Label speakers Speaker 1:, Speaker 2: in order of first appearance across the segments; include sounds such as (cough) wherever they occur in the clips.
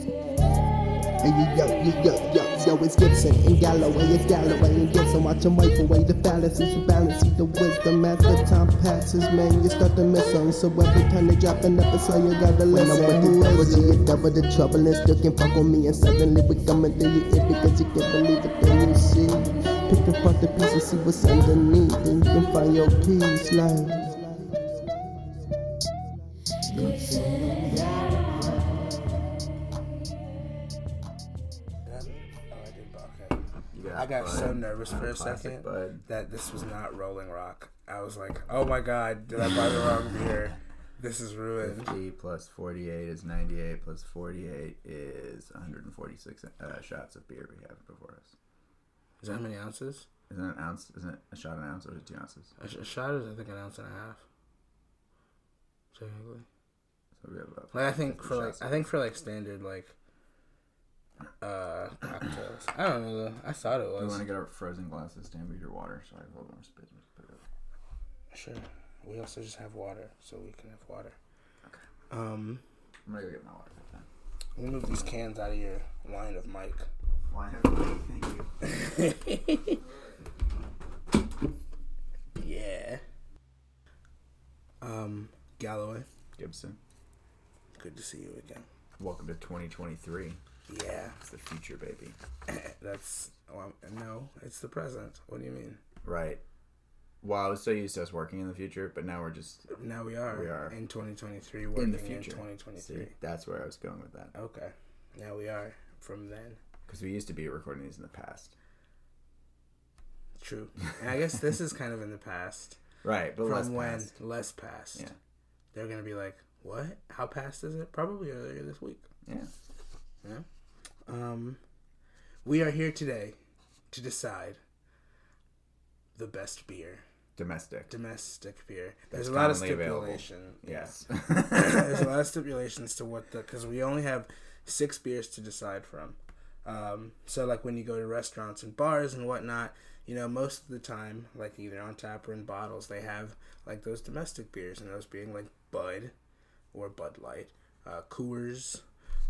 Speaker 1: And you yo, yo, yo, yo, yo, it's Gibson and Galloway, it's Galloway and Gibson. Watch him microwave the fallacies, you balance, see the wisdom as the time passes, man. You start to miss him. So every time they drop an episode, you gotta listen. When I'm with the double G, you double the trouble and still can fuck on me. And suddenly we coming through your ear because you can't believe the thing you see. Pick apart the piece and see what's underneath, and you can find your peace, like.
Speaker 2: Did I- oh, I did bo- okay. I got so nervous for a second that this was not Rolling Rock. I was like, oh my god, did I buy the wrong beer? This is ruined.
Speaker 3: 50 plus 48 is 98 plus 48 is 146 uh, shots of beer we have before us.
Speaker 2: Is that how many ounces?
Speaker 3: Isn't it an ounce? Isn't it a shot an ounce or is it two ounces?
Speaker 2: A, sh- a shot is, I think, an ounce and a half. Technically.
Speaker 3: So we have about
Speaker 2: Like I think
Speaker 3: 50
Speaker 2: for like
Speaker 3: shots.
Speaker 2: I think for like standard like uh cocktails. I don't know though. I thought it
Speaker 3: we
Speaker 2: was.
Speaker 3: want to get our frozen glasses. Damn, we your water. Sorry, hold on. Spit, spit it up.
Speaker 2: Sure. We also just have water, so we can have water. Um,
Speaker 3: I'm gonna go get my water. for that.
Speaker 2: we move these cans out of your line of mic.
Speaker 3: Why have Thank you.
Speaker 2: Yeah. Um, Galloway,
Speaker 3: Gibson,
Speaker 2: good to see you again.
Speaker 3: welcome to 2023.
Speaker 2: Yeah,
Speaker 3: It's the future, baby.
Speaker 2: (clears throat) that's well, no, it's the present. What do you mean?
Speaker 3: Right. Well, I was so used to us working in the future, but now we're just
Speaker 2: Now we are.
Speaker 3: We are.
Speaker 2: in 2023. Working in
Speaker 3: the future.
Speaker 2: 2023.
Speaker 3: See, that's where I was going with that.
Speaker 2: Okay. Now we are from then.
Speaker 3: Because we used to be recording these in the past.
Speaker 2: True. And I guess this is kind of in
Speaker 3: (laughs)
Speaker 2: the past.
Speaker 3: Right, but
Speaker 2: From
Speaker 3: less
Speaker 2: when?
Speaker 3: past.
Speaker 2: Less past.
Speaker 3: Yeah.
Speaker 2: They're gonna be like, what? How past is it? Probably earlier this week.
Speaker 3: Yeah.
Speaker 2: Um, we are here today to decide the best beer,
Speaker 3: Domestic.
Speaker 2: domestic beer. There's a lot of
Speaker 3: commonly available.
Speaker 2: stipulation. (laughs)
Speaker 3: yes.
Speaker 2: There's a lot of stipulations to what the because we only have six beers to decide from. Um, so like when you go to restaurants and bars and whatnot, you know most of the time, like either on tap or in bottles, they have like those domestic beers and those being like Bud or Bud Light, uh, Coors,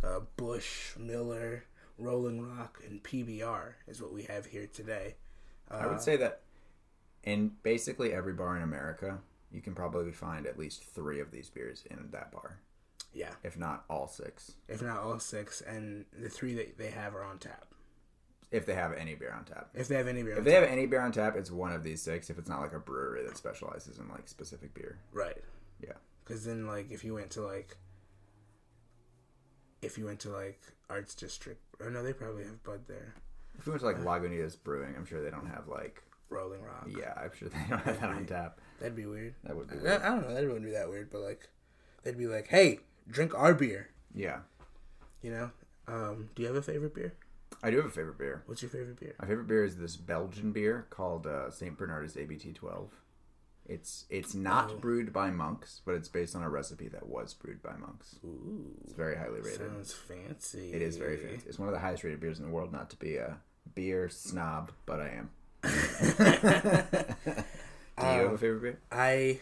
Speaker 2: uh, Bush, Miller, Rolling Rock, and PBR is what we have here today.
Speaker 3: I
Speaker 2: Uh,
Speaker 3: would say that in basically every bar in America, you can probably find at least three of these beers in that bar,
Speaker 2: Yeah,
Speaker 3: if not all six,
Speaker 2: if not all six, and the three that they have are on tap.
Speaker 3: if they have any beer on tap.
Speaker 2: If they have any beer, on
Speaker 3: If they have any beer on tap, it's one of these six. If it's not like a brewery that specializes in like specific beer,
Speaker 2: right.
Speaker 3: yeah,
Speaker 2: Because then, like, if you went to like, if you went to like Arts District, or no, they probably have Bud there.
Speaker 3: if we went to like Lagunitas Brewing, I'm sure they don't have like
Speaker 2: Rolling Rock.
Speaker 3: yeah, I'm sure they don't have that on tap.
Speaker 2: That'd be weird.
Speaker 3: That would be
Speaker 2: I, I don't know. That wouldn't be that weird, but like, they'd be like, "Hey, drink our beer."
Speaker 3: Yeah,
Speaker 2: You know. Um, do you have a favorite beer?
Speaker 3: I do have a favorite beer.
Speaker 2: What's your favorite beer?
Speaker 3: My favorite beer is this Belgian beer called uh, Saint Bernardus ABT twelve. It's it's
Speaker 2: Oh.
Speaker 3: not brewed by monks, but it's based on a recipe that was brewed by monks.
Speaker 2: Ooh,
Speaker 3: It's very highly rated.
Speaker 2: sounds fancy.
Speaker 3: It is very fancy. It's one of the highest rated beers in the world. Not to be a beer snob, but I
Speaker 2: (laughs)
Speaker 3: am. Do you
Speaker 2: Um,
Speaker 3: have a favorite beer?
Speaker 2: I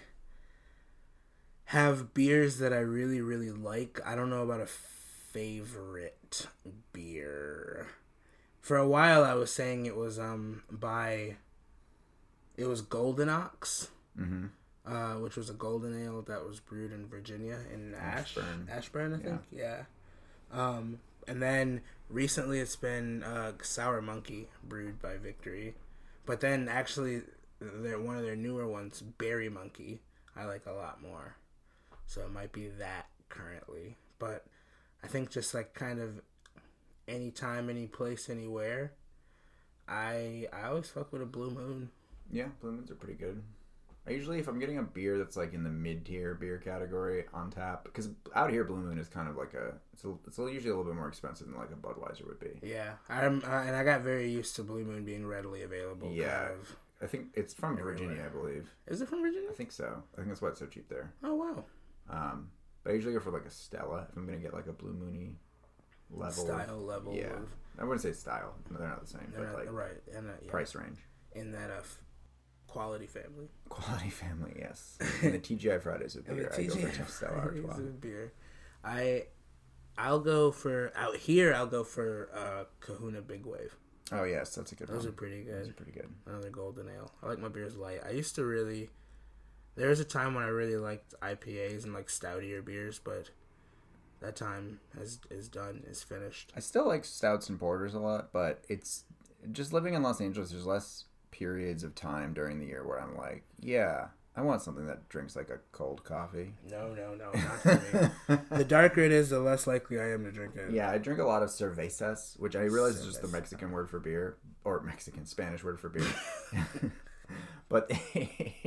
Speaker 2: have beers that I really, really like. I don't know about a favorite beer. For a while, I was saying it was um by it was Golden Ox, uh, which was a golden ale that was brewed in Virginia in Ash,
Speaker 3: Ashburn.
Speaker 2: Ashburn, I think, yeah. Um, and then recently, it's been uh, Sour Monkey brewed by Victory, but then actually, their one of their newer ones, Berry Monkey, I like a lot more. So it might be that currently, but I think just like kind of anytime, any place, anywhere. I I always fuck with a Blue Moon.
Speaker 3: Yeah, Blue Moons are pretty good. I usually, if I'm getting a beer that's like in the mid tier beer category on tap, because out here Blue Moon is kind of like a it's a, it's usually a little bit more expensive than like a Budweiser would be.
Speaker 2: Yeah, I'm uh, and I got very used to Blue Moon being readily available.
Speaker 3: Yeah.
Speaker 2: kind of.
Speaker 3: I think it's from Virginia, I believe.
Speaker 2: Is it from Virginia?
Speaker 3: I think so. I think that's why it's so cheap there.
Speaker 2: Oh wow.
Speaker 3: Um, but I usually go for like a Stella if I'm gonna get like a Blue Moony level
Speaker 2: Style level
Speaker 3: Yeah,
Speaker 2: of-
Speaker 3: I wouldn't say style. No, they're not the same,
Speaker 2: They're
Speaker 3: but
Speaker 2: not-
Speaker 3: like
Speaker 2: right in that yeah,
Speaker 3: price range.
Speaker 2: in that uh, f- Quality family.
Speaker 3: Quality family,
Speaker 2: (laughs)
Speaker 3: yes. And the TGI Fridays with beer. I go for Tough Stella
Speaker 2: Fridays
Speaker 3: Artois.
Speaker 2: with beer. I, I'll go for out here. I'll go for uh, Kahuna Big Wave.
Speaker 3: Oh yes, that's a good
Speaker 2: Those
Speaker 3: one.
Speaker 2: are pretty
Speaker 3: Those are
Speaker 2: good.
Speaker 3: pretty good.
Speaker 2: Another golden ale. I like my beers light. I used to really. There was a time when I really liked IPAs and like stoutier beers, but that time has is done. Is finished.
Speaker 3: I still like stouts and porters a lot, but it's just living in Los Angeles. There's less periods of time during the year where I'm like, yeah, I want something that drinks like a cold coffee.
Speaker 2: No, no, no, not for me. (laughs) the darker it is, the less likely I am to drink it.
Speaker 3: Yeah, I drink a lot of cervezas, which I realize is just the Mexican word for beer or Mexican Spanish word for beer. (laughs) but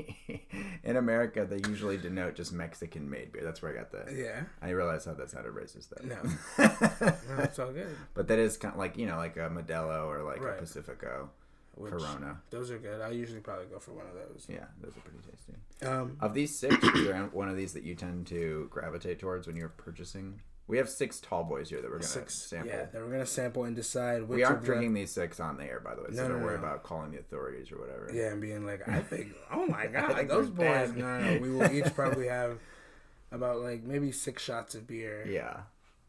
Speaker 3: (laughs) in America, they usually denote just Mexican made beer. That's where I got that.
Speaker 2: Yeah.
Speaker 3: I realize how that sounded racist though.
Speaker 2: No.
Speaker 3: (laughs)
Speaker 2: No, it's all good.
Speaker 3: but that is kind of like you know like a Modelo or like
Speaker 2: Right.
Speaker 3: a Pacifico,
Speaker 2: Which-
Speaker 3: Corona.
Speaker 2: Those are good. I usually probably go for one of those.
Speaker 3: Yeah, those are pretty tasty.
Speaker 2: Um,
Speaker 3: Of these six, is there one of these that you tend to gravitate towards when you're purchasing? We have six tall boys here that we're gonna
Speaker 2: six.
Speaker 3: sample.
Speaker 2: Yeah, then we're gonna sample and decide which
Speaker 3: We aren't
Speaker 2: of
Speaker 3: drinking these six on the air, by the way, so
Speaker 2: No,
Speaker 3: don't
Speaker 2: no,
Speaker 3: worry
Speaker 2: no.
Speaker 3: about calling the authorities or whatever.
Speaker 2: The, yeah, and being like, I think, oh my
Speaker 3: I
Speaker 2: god,
Speaker 3: think
Speaker 2: those
Speaker 3: they're
Speaker 2: boys.
Speaker 3: bad.
Speaker 2: No, no, no, we will each probably have about like maybe six shots of beer,
Speaker 3: Yeah.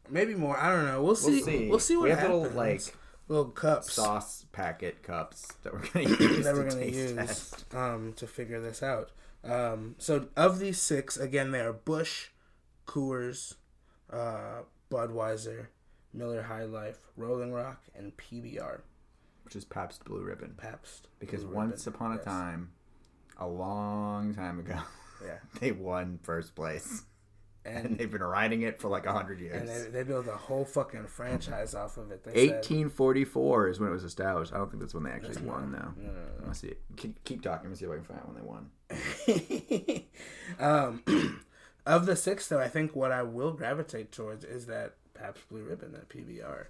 Speaker 2: maybe more. I don't know. We'll see.
Speaker 3: We'll
Speaker 2: We'll
Speaker 3: see.
Speaker 2: see, what
Speaker 3: we have
Speaker 2: happens.
Speaker 3: little like
Speaker 2: little cups
Speaker 3: sauce packet cups that we're gonna use
Speaker 2: (coughs) that we're
Speaker 3: to
Speaker 2: gonna
Speaker 3: taste
Speaker 2: use
Speaker 3: test.
Speaker 2: um, to figure this out. Um, so of these six, again, they are Bush, Coors, uh, Budweiser, Miller High Life, Rolling Rock, and PBR.
Speaker 3: which is Pabst Blue Ribbon.
Speaker 2: Pabst.
Speaker 3: Because
Speaker 2: Blue
Speaker 3: once
Speaker 2: Ribbon.
Speaker 3: upon a
Speaker 2: Yes.
Speaker 3: time, a long time ago, (laughs)
Speaker 2: Yeah.
Speaker 3: they won first place, (laughs) and
Speaker 2: And,
Speaker 3: they've been riding it for like hundred
Speaker 2: and they,
Speaker 3: years.
Speaker 2: they built a whole fucking franchise off of it. They Said,
Speaker 3: 1844 is when it was established. I don't think that's when they actually won, though.
Speaker 2: no, no,
Speaker 3: Let me see. Keep, keep talking. Let me see if I can find out when they won.
Speaker 2: (laughs) um, (clears throat) of the six, though, I think what I will gravitate towards is that Pabst Blue Ribbon, that PBR.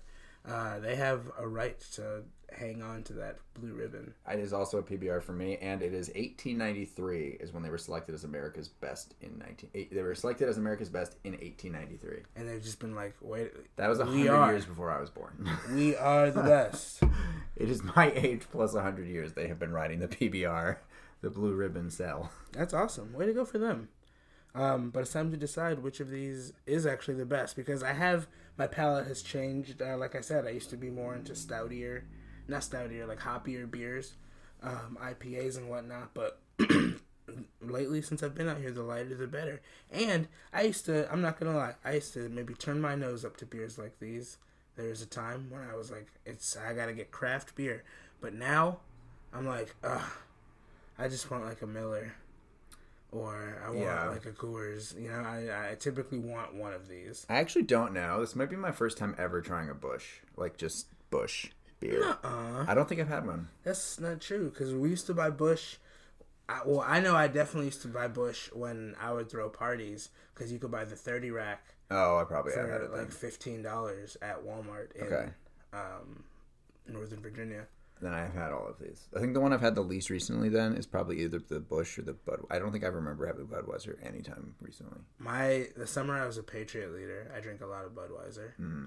Speaker 2: Uh, they have a right to hang on to that blue ribbon.
Speaker 3: It is also a PBR for me, and it is 1893 is when they were selected as America's best in 19. eight- They were selected as America's best in 1893.
Speaker 2: And they've just been like, wait,
Speaker 3: That (laughs) was a
Speaker 2: we
Speaker 3: 100
Speaker 2: are,
Speaker 3: years before I was born. (laughs)
Speaker 2: We are the best.
Speaker 3: it is my age plus 100 years they have been riding the PBR, the Blue Ribbon Cell.
Speaker 2: That's awesome. Way to go for them. Um, but it's time to decide which of these is actually the best because I have my palate has changed. Uh, like I said, I used to be more into stoutier, not stoutier, like hoppier beers, um, IPAs and whatnot. But (clears throat) lately, since I've been out here, the lighter the better. And I used to, I'm not gonna lie, I used to maybe turn my nose up to beers like these. There was a time when I was like, it's I gotta get craft beer. But now, I'm like, ugh, I just want like a Miller or I want
Speaker 3: Yeah.
Speaker 2: like a Coors. You know, I, I typically want one of these.
Speaker 3: I actually don't know. This might be my first time ever trying a Bush, like just Bush beer.
Speaker 2: Uh,
Speaker 3: I don't think I've had one.
Speaker 2: that's not true because we used to buy Bush. I, well, I know I definitely used to buy Bush when I would throw parties because you could buy the thirty rack
Speaker 3: Oh, I probably have had
Speaker 2: for
Speaker 3: it.
Speaker 2: like
Speaker 3: Then.
Speaker 2: fifteen dollars at Walmart in
Speaker 3: Okay.
Speaker 2: um, Northern Virginia.
Speaker 3: then I've had all of these. I think the one I've had the least recently then is probably either the Bush or the Bud. I don't think I remember having Budweiser anytime recently.
Speaker 2: My the summer I was a Patriot leader, I drank a lot of Budweiser.
Speaker 3: Mm-hmm.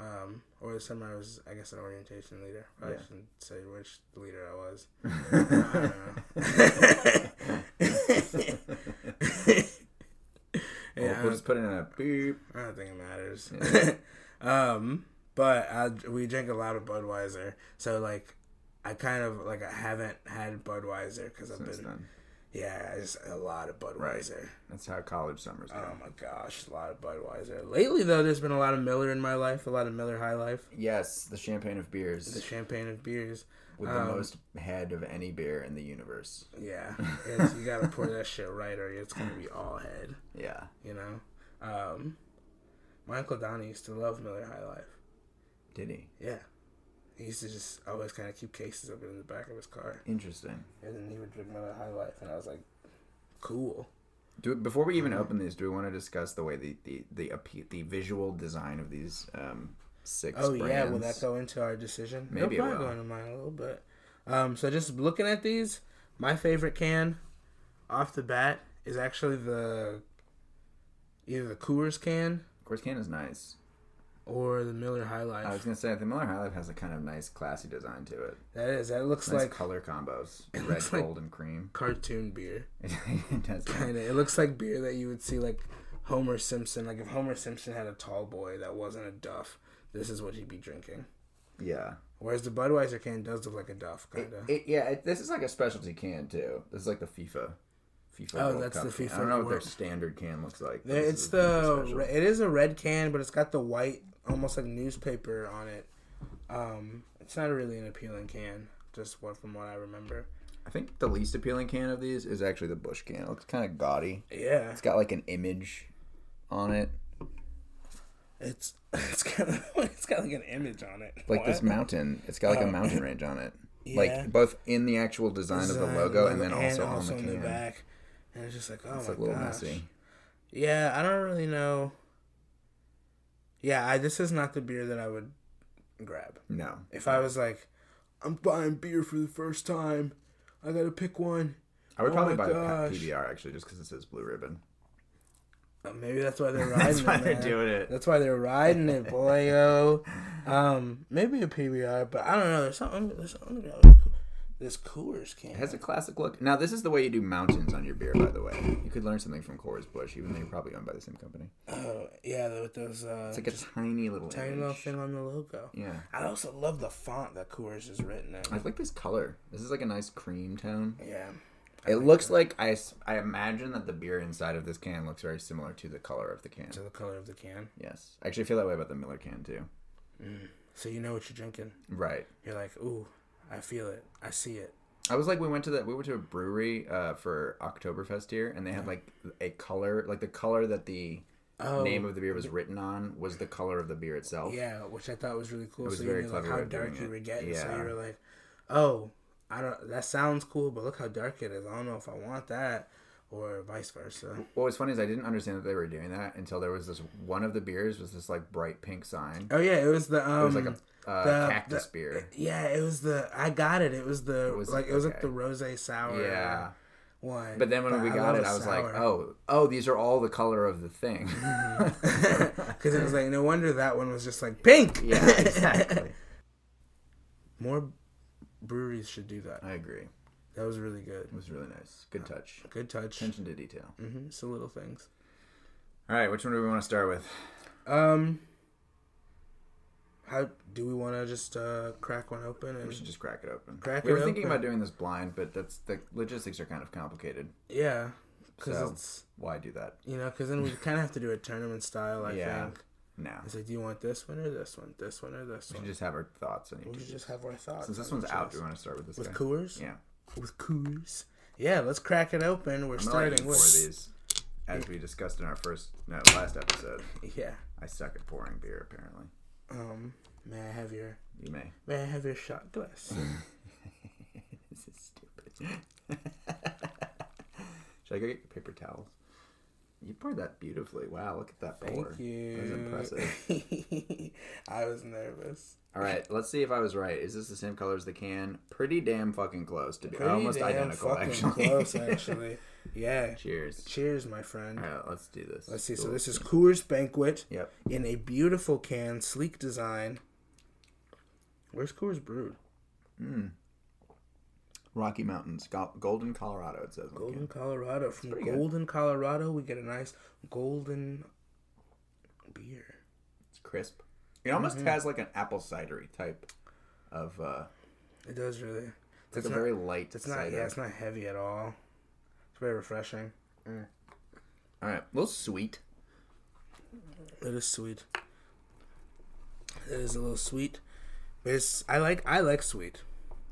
Speaker 2: Um, or the summer I was, I guess, an orientation leader. I
Speaker 3: Yeah.
Speaker 2: shouldn't say which leader I
Speaker 3: (laughs)
Speaker 2: was. (laughs) (laughs) yeah,
Speaker 3: We'll- we'll just put it in a beep.
Speaker 2: I don't think it matters. (laughs) um, but I, we drink a lot of Budweiser, so like, I kind of like I haven't had Budweiser because I've
Speaker 3: Since
Speaker 2: been
Speaker 3: then.
Speaker 2: yeah, I just a lot of Budweiser.
Speaker 3: That's how college summers go.
Speaker 2: Oh my gosh, a lot of Budweiser. Lately though, there's been a lot of Miller in my life, a lot of Miller High Life,
Speaker 3: yes, the champagne of
Speaker 2: the um,
Speaker 3: beers
Speaker 2: champagne of beers.
Speaker 3: with the most head of any beer in the universe.
Speaker 2: Yeah, it's, you gotta pour that shit right, or it's gonna be all head.
Speaker 3: Yeah.
Speaker 2: You know, um, my uncle Donnie used to love Miller High Life.
Speaker 3: Did he?
Speaker 2: Yeah, he used to just always kind of keep cases of it in the back of his car,
Speaker 3: Interesting.
Speaker 2: and then he would drink Miller High Life, and I was like, cool.
Speaker 3: Do, before we even
Speaker 2: Mm-hmm.
Speaker 3: open these, do we want to discuss the way the the the, appe- the visual design of these um, six
Speaker 2: Oh
Speaker 3: brands?
Speaker 2: yeah, will that go into our decision?
Speaker 3: Maybe it
Speaker 2: It'll probably
Speaker 3: will.
Speaker 2: go into mine a little bit. Um, so just looking at these, my favorite can off the bat is actually the either the Coors can
Speaker 3: Of course, can is nice.
Speaker 2: or the Miller High
Speaker 3: I was
Speaker 2: Life.
Speaker 3: gonna say the Miller High Life has a kind of nice, classy design to it.
Speaker 2: That is that looks
Speaker 3: Nice
Speaker 2: like
Speaker 3: color
Speaker 2: (laughs)
Speaker 3: combos, red,
Speaker 2: looks like-
Speaker 3: gold, and cream. (laughs)
Speaker 2: cartoon beer.
Speaker 3: it does.
Speaker 2: Kinda, it looks like beer that you would see like Homer Simpson. Like if Homer Simpson had a tall boy that wasn't a Duff, this is what he'd be drinking.
Speaker 3: Yeah.
Speaker 2: Whereas the Budweiser can does look like a Duff,
Speaker 3: It,
Speaker 2: kinda.
Speaker 3: it- yeah. It, this is like a specialty can too. This is like the FIFA. FIFA.
Speaker 2: Oh,
Speaker 3: World
Speaker 2: that's
Speaker 3: Cup
Speaker 2: the
Speaker 3: can. I
Speaker 2: FIFA
Speaker 3: don't know what their
Speaker 2: World-
Speaker 3: standard can looks like. but
Speaker 2: There-
Speaker 3: this
Speaker 2: it's
Speaker 3: is a FIFA
Speaker 2: the
Speaker 3: special.
Speaker 2: re- it is a red can, but it's got the white, almost like newspaper on it. Um, it's not really an appealing can, just what from what I remember.
Speaker 3: I think the least appealing can of these is actually the Bush can. It looks kind of gaudy.
Speaker 2: Yeah,
Speaker 3: It's got like an image on it,
Speaker 2: it's (laughs) it's got it's got like an image on it,
Speaker 3: like this
Speaker 2: What? Oh.
Speaker 3: mountain. It's got like a mountain range on
Speaker 2: (laughs)
Speaker 3: it,
Speaker 2: Yeah.
Speaker 3: like both in the actual design, of the logo and then also, on the
Speaker 2: in
Speaker 3: can.
Speaker 2: back. And it's just like oh
Speaker 3: It's
Speaker 2: my
Speaker 3: like a little
Speaker 2: gosh.
Speaker 3: messy.
Speaker 2: Yeah, I don't really know. Yeah, I, this is not the beer that I would grab.
Speaker 3: No,
Speaker 2: If I was like, I'm buying beer for the first time, I gotta pick one.
Speaker 3: I would
Speaker 2: Oh
Speaker 3: probably
Speaker 2: my
Speaker 3: buy the pa-
Speaker 2: gosh.
Speaker 3: PBR actually, just because it says Blue Ribbon. (laughs)
Speaker 2: Uh, Maybe that's why they're riding.
Speaker 3: That's why
Speaker 2: it,
Speaker 3: they're
Speaker 2: man.
Speaker 3: doing it.
Speaker 2: That's why they're riding it, boyo. Um, maybe a PBR, but I don't know. There's something. There's something about this, this Coors can.
Speaker 3: It has a classic look. Now this is the way you do mountains on your beer, by the way. You could learn something from Coors Bush, even though you're probably owned by the same company.
Speaker 2: Oh, yeah, the- with those uh,
Speaker 3: It's like a tiny little
Speaker 2: tiny
Speaker 3: image.
Speaker 2: little thing on the logo.
Speaker 3: Yeah,
Speaker 2: I also love the font that Coors is written
Speaker 3: I
Speaker 2: in.
Speaker 3: like this color. This is like a nice cream tone.
Speaker 2: Yeah,
Speaker 3: It looks like I, s- I imagine that the beer inside of this can looks very similar to the color of the can.
Speaker 2: to the color of the can.
Speaker 3: Yes. I actually feel that way about the Miller can too.
Speaker 2: So you know what you're drinking.
Speaker 3: Right.
Speaker 2: You're like, ooh, I feel it. I see it.
Speaker 3: I was like we went to that we went to a brewery uh, for Oktoberfest here and they had like a color like the color that the
Speaker 2: Oh.
Speaker 3: name of the beer was written on was the color of the beer itself.
Speaker 2: Yeah, which I thought was really cool.
Speaker 3: was
Speaker 2: so
Speaker 3: very
Speaker 2: you knew like
Speaker 3: clever
Speaker 2: how
Speaker 3: at doing
Speaker 2: dark you
Speaker 3: it.
Speaker 2: were getting. So
Speaker 3: Yeah.
Speaker 2: you were like, oh, I don't. That sounds cool, but look how dark it is. I don't know if I want that, or vice versa.
Speaker 3: What was funny is I didn't understand that they were doing that until there was this one of the beers was this like bright pink sign.
Speaker 2: Oh yeah, it was the um.
Speaker 3: It was like a uh,
Speaker 2: the-
Speaker 3: cactus
Speaker 2: the- (laughs)
Speaker 3: beer.
Speaker 2: Yeah, it was the. I got it. It was the
Speaker 3: was-
Speaker 2: like it was like
Speaker 3: okay.
Speaker 2: the rose sour.
Speaker 3: Yeah.
Speaker 2: One.
Speaker 3: But then when we got
Speaker 2: love
Speaker 3: it,
Speaker 2: a
Speaker 3: I was like,
Speaker 2: sour.
Speaker 3: "Oh, oh, these are all the color of the thing."
Speaker 2: Because it was like, no wonder that one was just like pink.
Speaker 3: (laughs) yeah, (laughs) exactly.
Speaker 2: More breweries should do that.
Speaker 3: I agree.
Speaker 2: That was really good.
Speaker 3: It was really nice. Good touch.
Speaker 2: Good touch.
Speaker 3: Attention to detail.
Speaker 2: Mm-hmm. It's the little things.
Speaker 3: All right, which one do we want to start with?
Speaker 2: Um. How do we want to just uh, crack one open
Speaker 3: We
Speaker 2: and
Speaker 3: should just crack it open.
Speaker 2: Crack
Speaker 3: we were
Speaker 2: it
Speaker 3: thinking
Speaker 2: open.
Speaker 3: about doing this blind, but that's the logistics are kind of complicated.
Speaker 2: yeah, because
Speaker 3: So-
Speaker 2: it's
Speaker 3: Why do that?
Speaker 2: you know because then we kind of have to do a tournament style. I
Speaker 3: Yeah.
Speaker 2: think
Speaker 3: now?
Speaker 2: it's like, do you want this one or this one, this one or this
Speaker 3: We
Speaker 2: one?
Speaker 3: should just have our thoughts on
Speaker 2: We
Speaker 3: each.
Speaker 2: should just have our thoughts.
Speaker 3: Since this
Speaker 2: on
Speaker 3: one's
Speaker 2: each
Speaker 3: out,
Speaker 2: of
Speaker 3: do
Speaker 2: us.
Speaker 3: we want to start with this
Speaker 2: with
Speaker 3: guy?
Speaker 2: Coors.
Speaker 3: Yeah,
Speaker 2: With Coors. Yeah, let's crack it open. We're
Speaker 3: I'm gonna let you
Speaker 2: starting
Speaker 3: pour
Speaker 2: with
Speaker 3: these, as we discussed in our first no last episode.
Speaker 2: yeah.
Speaker 3: I suck at pouring beer. Apparently,
Speaker 2: Um, may I have your
Speaker 3: you may. (laughs)
Speaker 2: may I have your shot glass?
Speaker 3: this is stupid. (laughs) Should I go get paper towels? You poured that beautifully. Wow, look at that pour.
Speaker 2: Thank you.
Speaker 3: That was impressive.
Speaker 2: (laughs) I was nervous.
Speaker 3: All right, let's see if I was right. Is this the same color as the can? Pretty damn fucking close to be
Speaker 2: Pretty
Speaker 3: almost
Speaker 2: damn
Speaker 3: identical.
Speaker 2: fucking
Speaker 3: Actually, (laughs)
Speaker 2: close, actually. Yeah.
Speaker 3: cheers.
Speaker 2: Cheers, my friend.
Speaker 3: All right, let's do this.
Speaker 2: Let's see. So
Speaker 3: Cool.
Speaker 2: this is Coors Banquet
Speaker 3: Yep.
Speaker 2: in a beautiful can, sleek design. Where's Coors brewed?
Speaker 3: Rocky Mountains, Go- Golden, Colorado. It says. on the
Speaker 2: Golden,
Speaker 3: can.
Speaker 2: Colorado. From
Speaker 3: pretty good.
Speaker 2: Golden, Colorado, we get a nice golden beer.
Speaker 3: It's crisp. It almost
Speaker 2: Mm-hmm.
Speaker 3: has like an apple cidery type of. uh
Speaker 2: It does really.
Speaker 3: It's like
Speaker 2: It's
Speaker 3: a
Speaker 2: not-
Speaker 3: very light
Speaker 2: It's not.
Speaker 3: cider.
Speaker 2: Yeah, it's not heavy at all. It's very refreshing.
Speaker 3: All right, a little sweet.
Speaker 2: It is sweet. It is a little sweet, but it's. I like. I like sweet.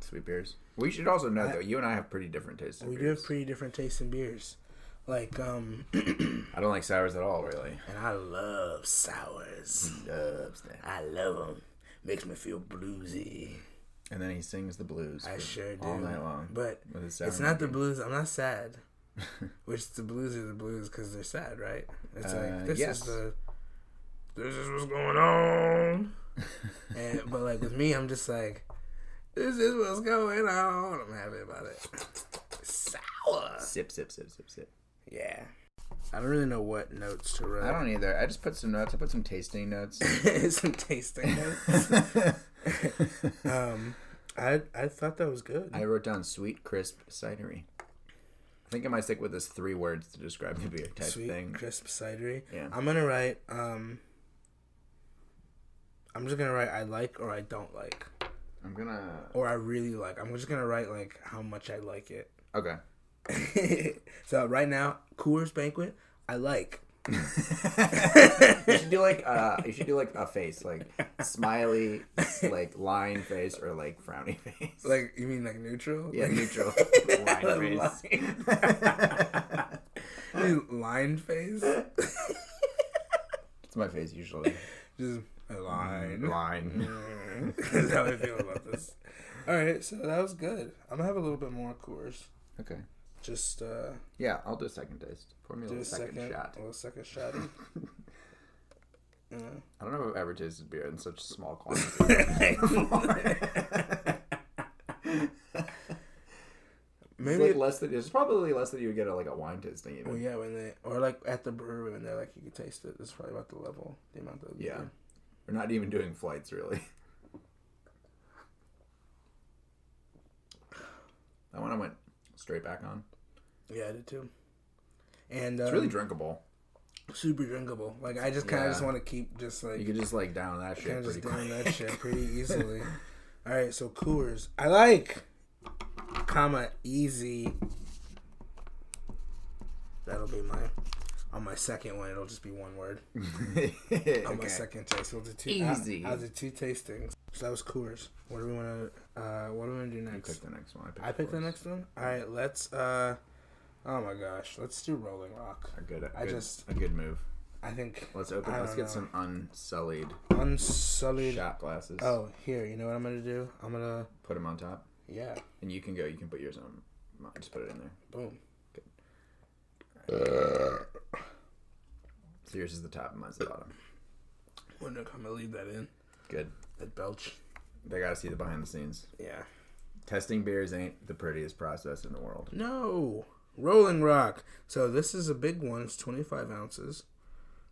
Speaker 3: Sweet beers. We should also note though, you and I have pretty different tastes. in
Speaker 2: We do
Speaker 3: beers.
Speaker 2: have pretty different tastes in beers. Like um, (clears throat)
Speaker 3: I don't like sours at all, really.
Speaker 2: and I love sours. I love them. Makes me feel bluesy.
Speaker 3: And then he sings the blues.
Speaker 2: I
Speaker 3: for-
Speaker 2: sure do.
Speaker 3: all night long.
Speaker 2: But
Speaker 3: with his sour
Speaker 2: it's not the
Speaker 3: monkey.
Speaker 2: blues. I'm not (laughs) sad. Which the blues are the blues because they're sad, right? It's
Speaker 3: Uh,
Speaker 2: like this
Speaker 3: yes.
Speaker 2: is the this is what's going (laughs) on. and but like with me, I'm just like this is what's going on. I'm happy about it. Sour.
Speaker 3: Sip, sip, sip, sip, sip.
Speaker 2: Yeah. I don't really know what notes to
Speaker 3: I
Speaker 2: write.
Speaker 3: don't either. I just put some notes. I put some tasting notes.
Speaker 2: (laughs) Some tasting notes. um, I I thought that was good.
Speaker 3: I wrote down sweet crisp cidery. I think I might stick with this three words to describe the beer type
Speaker 2: Sweet
Speaker 3: thing.
Speaker 2: crisp cidery.
Speaker 3: Yeah.
Speaker 2: I'm gonna write. Um, I'm just gonna write. I like or I don't like
Speaker 3: I'm gonna
Speaker 2: or I really like. I'm just gonna write like how much I like
Speaker 3: okay.
Speaker 2: it. (laughs) so right now, Coors Banquet, I like.
Speaker 3: You should do like uh, you should do like a face, like smiley, like lying face, or like frowny face.
Speaker 2: (laughs) Like you mean like neutral?
Speaker 3: yeah,
Speaker 2: Like,
Speaker 3: neutral
Speaker 2: Lying.
Speaker 3: (laughs) lying face.
Speaker 2: you mean line face.
Speaker 3: It's my face
Speaker 2: (laughs)
Speaker 3: usually.
Speaker 2: Just a line.
Speaker 3: Line. Mm.
Speaker 2: (laughs) That's how I feel about this. All right, so that was good. I'm gonna have a little bit more Coors.
Speaker 3: Okay.
Speaker 2: Just uh,
Speaker 3: Yeah, I'll do a second taste. Pour me a
Speaker 2: do
Speaker 3: little
Speaker 2: a
Speaker 3: second,
Speaker 2: second,
Speaker 3: shot.
Speaker 2: a little
Speaker 3: (laughs)
Speaker 2: second shot.
Speaker 3: I don't know if I've ever tasted beer in such
Speaker 2: (laughs)
Speaker 3: small quantities. It's
Speaker 2: Maybe
Speaker 3: like less than it's probably less than you would get at like a wine tasting. Even.
Speaker 2: Well, yeah, when they or like at the brewery when they're like you can taste it. That's probably about the level, the amount of
Speaker 3: Yeah. We're not even doing flights, really. (sighs) That one I went straight back on.
Speaker 2: yeah, I did too. And um,
Speaker 3: It's really drinkable.
Speaker 2: super drinkable. Like I just kind of
Speaker 3: Yeah.
Speaker 2: just want to keep just like
Speaker 3: You could just like down that
Speaker 2: kind
Speaker 3: shit
Speaker 2: of just
Speaker 3: pretty
Speaker 2: doing
Speaker 3: quick.
Speaker 2: that shit
Speaker 3: (laughs)
Speaker 2: pretty easily. All right, so Coors, I like, comma easy. That'll be my on my second one. It'll just be one word. On my
Speaker 3: Okay.
Speaker 2: second taste, we'll do two.
Speaker 3: Easy.
Speaker 2: I'll, I'll do two tastings. So that was Coors. What do we want to? Uh, what do we want to do next?
Speaker 3: Pick the next one.
Speaker 2: I pick the
Speaker 3: yours.
Speaker 2: next one. All right, let's. uh Oh my gosh, let's do Rolling Rock.
Speaker 3: A good,
Speaker 2: I
Speaker 3: good-
Speaker 2: just-
Speaker 3: a good move.
Speaker 2: I think
Speaker 3: Let's open.
Speaker 2: I
Speaker 3: Let's
Speaker 2: don't
Speaker 3: get
Speaker 2: know.
Speaker 3: some unsullied
Speaker 2: unsullied.
Speaker 3: shot glasses.
Speaker 2: Oh, here. You know what I'm gonna do? I'm gonna
Speaker 3: put them on top,
Speaker 2: yeah.
Speaker 3: and you can go. You can put yours on. mine. Just put it in there.
Speaker 2: Boom.
Speaker 3: Uh, So yours is the top, and mine's the bottom.
Speaker 2: Well, no, I'm gonna leave that in.
Speaker 3: Good.
Speaker 2: That belch.
Speaker 3: They gotta see the behind the scenes.
Speaker 2: Yeah.
Speaker 3: Testing beers ain't the prettiest process in the world.
Speaker 2: No. Rolling Rock. So this is a big one. It's 25 ounces.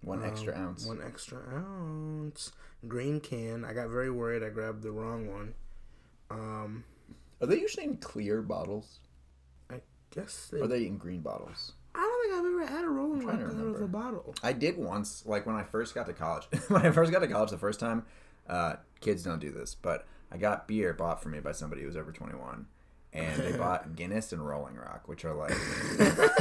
Speaker 3: One extra ounce.
Speaker 2: One extra ounce. Green can. I got very worried. I grabbed the wrong one. Um,
Speaker 3: Are they usually in clear bottles?
Speaker 2: I guess they.
Speaker 3: Or are they in green bottles?
Speaker 2: I don't think I've ever had a Rolling
Speaker 3: trying
Speaker 2: Rock
Speaker 3: to
Speaker 2: out of
Speaker 3: remember.
Speaker 2: a bottle.
Speaker 3: I did once, like when I first got to college. (laughs) when I first got to college the first time, uh, kids don't do this, but I got beer bought for me by somebody who was over 21. And
Speaker 2: (laughs)
Speaker 3: they bought Guinness and Rolling Rock, which are like, (laughs)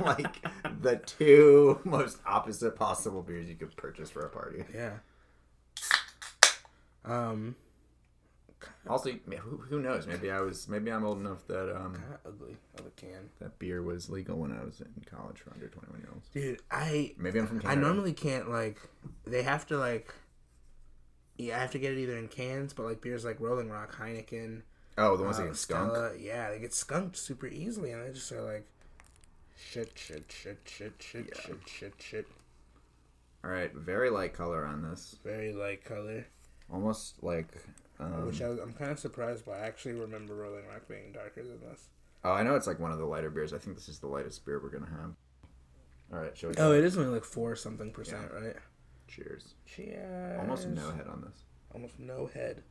Speaker 3: like the two most opposite possible beers you could purchase for a party.
Speaker 2: Yeah. Um,
Speaker 3: Also, who, who knows? Maybe I was, maybe I'm old enough that um,
Speaker 2: kind of ugly of a can.
Speaker 3: that beer was legal when I was in college for under 21 year olds.
Speaker 2: Dude, I
Speaker 3: Maybe I'm from
Speaker 2: I
Speaker 3: Canada.
Speaker 2: normally can't like. They have to like. Yeah, I have to get it either in cans, but like beers like Rolling Rock, Heineken,
Speaker 3: oh, the ones that
Speaker 2: uh,
Speaker 3: get skunk.
Speaker 2: Stella, yeah, they get skunked super easily, and they just are like, shit, shit, shit, shit, shit,
Speaker 3: Yeah.
Speaker 2: shit, shit, shit.
Speaker 3: All right, very light color on this.
Speaker 2: Very light color,
Speaker 3: Almost like. Um,
Speaker 2: which I was, I'm kind of surprised by. I actually remember Rolling Rock being darker than this.
Speaker 3: oh, I know it's like one of the lighter beers. I think this is the lightest beer we're gonna have. All right, shall we?
Speaker 2: Oh, it is only like four something percent, right?
Speaker 3: Cheers.
Speaker 2: Cheers.
Speaker 3: Almost no head on this.
Speaker 2: Almost no head.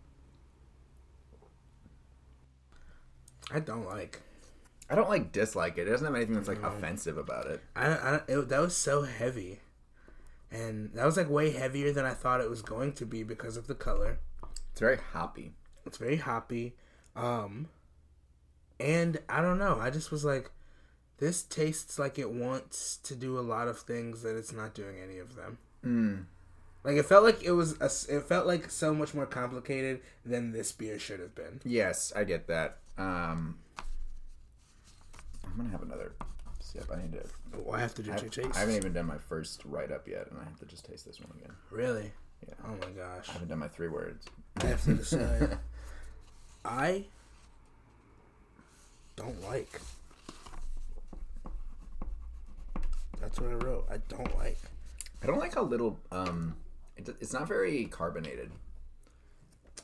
Speaker 2: I don't like.
Speaker 3: I don't like dislike it. It doesn't have anything that's like offensive about it.
Speaker 2: I, I it, that was so heavy, and that was like way heavier than I thought it was going to be because of the color.
Speaker 3: It's very hoppy.
Speaker 2: It's very hoppy, um, and I don't know. I just was like, this tastes like it wants to do a lot of things that it's not doing any of them.
Speaker 3: Mm,
Speaker 2: Like it felt like it was a s it felt like so much more complicated than this beer should have been.
Speaker 3: Yes, I get that. Um, I'm gonna have another sip. I need to.
Speaker 2: Well, I have to do
Speaker 3: I,
Speaker 2: two tastes.
Speaker 3: I haven't even done my first write up yet, and I have to just taste this one again.
Speaker 2: really.
Speaker 3: Yeah.
Speaker 2: Oh my gosh.
Speaker 3: I haven't done my three words.
Speaker 2: I have to (laughs) decide. I don't like. That's what I wrote. I don't like.
Speaker 3: I don't like how little. Um, it, it's not very carbonated.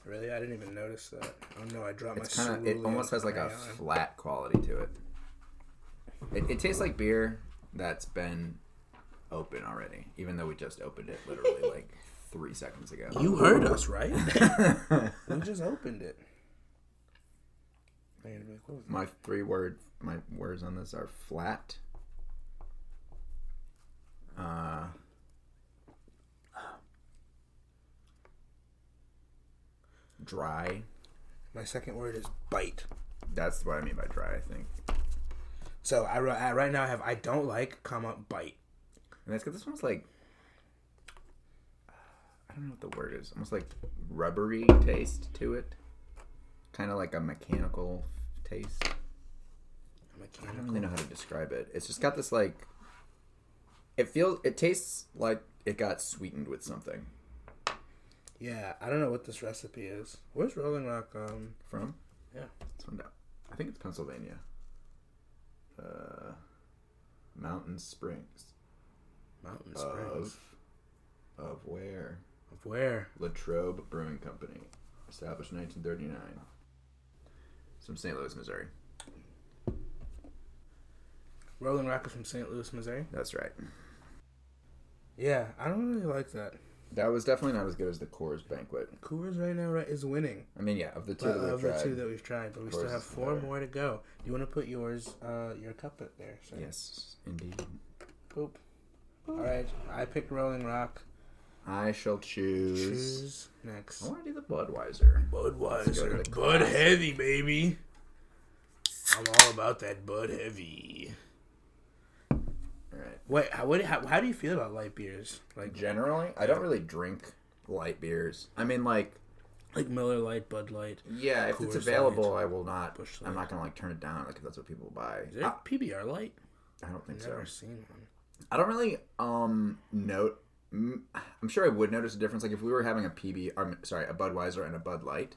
Speaker 2: Really, I didn't even notice that. Oh no, I dropped
Speaker 3: It's
Speaker 2: my.
Speaker 3: kind of. It
Speaker 2: cerulean
Speaker 3: almost has like a
Speaker 2: crayon.
Speaker 3: flat quality to it. It, it tastes like beer. that's been open already, even though we just opened it literally like three seconds ago.
Speaker 2: You heard
Speaker 3: (laughs)
Speaker 2: us, right? we just opened it. They're gonna be like, what was that?
Speaker 3: My three word my words on this are flat. Uh dry.
Speaker 2: My second word is bite.
Speaker 3: That's what I mean by dry, I think.
Speaker 2: So I wrote I, right now. I have I don't like comma bite.
Speaker 3: And that's because this one's like I don't know what the word is. Almost like rubbery taste to it. Kind of like a mechanical taste. I don't
Speaker 2: Mechanical.
Speaker 3: really know how to describe it. It's just got this like it feels it tastes like it got sweetened with something.
Speaker 2: Yeah, I don't know what this recipe is. Where's Rolling Rock? Um,
Speaker 3: From?
Speaker 2: yeah,
Speaker 3: It's from down. I think it's Pennsylvania. Uh Mountain Springs.
Speaker 2: Mountain Springs.
Speaker 3: Of of where?
Speaker 2: Of where?
Speaker 3: Latrobe Brewing Company, established in 1939. It's from St. Louis, Missouri.
Speaker 2: Rolling Rock is from St. Louis, Missouri.
Speaker 3: That's right.
Speaker 2: Yeah, I don't really like that.
Speaker 3: That was definitely not as good as the Coors Banquet.
Speaker 2: Coors right now right, is winning
Speaker 3: I mean, yeah, of the two
Speaker 2: well,
Speaker 3: that we
Speaker 2: of
Speaker 3: tried.
Speaker 2: the two that we've tried, but we still
Speaker 3: Coors
Speaker 2: have
Speaker 3: is
Speaker 2: four
Speaker 3: better.
Speaker 2: more to go. Do you want to put yours, uh, your cup up there? sir?
Speaker 3: Yes, indeed.
Speaker 2: Boop. All right, I picked Rolling Rock.
Speaker 3: I shall choose.
Speaker 2: Choose next.
Speaker 3: I want to do the Budweiser. Let's go to
Speaker 2: Budweiser.
Speaker 3: the
Speaker 2: Bud Heavy, baby. I'm all about that Bud Heavy.
Speaker 3: All right.
Speaker 2: Wait, how, what, how, how do you feel about light beers? Like
Speaker 3: Generally, I don't really drink light beers. I mean, like,
Speaker 2: like Miller Light, Bud Light.
Speaker 3: yeah, if
Speaker 2: Coors
Speaker 3: it's
Speaker 2: Light.
Speaker 3: available, I will not.
Speaker 2: Busch
Speaker 3: I'm not gonna like turn it down, like if that's what people buy.
Speaker 2: Is there
Speaker 3: I,
Speaker 2: PBR Light?
Speaker 3: I don't think
Speaker 2: I've
Speaker 3: so.
Speaker 2: never seen one.
Speaker 3: I don't really um note. mm, I'm sure I would notice a difference. Like if we were having a PB, I'm sorry, a Budweiser and a Bud Light,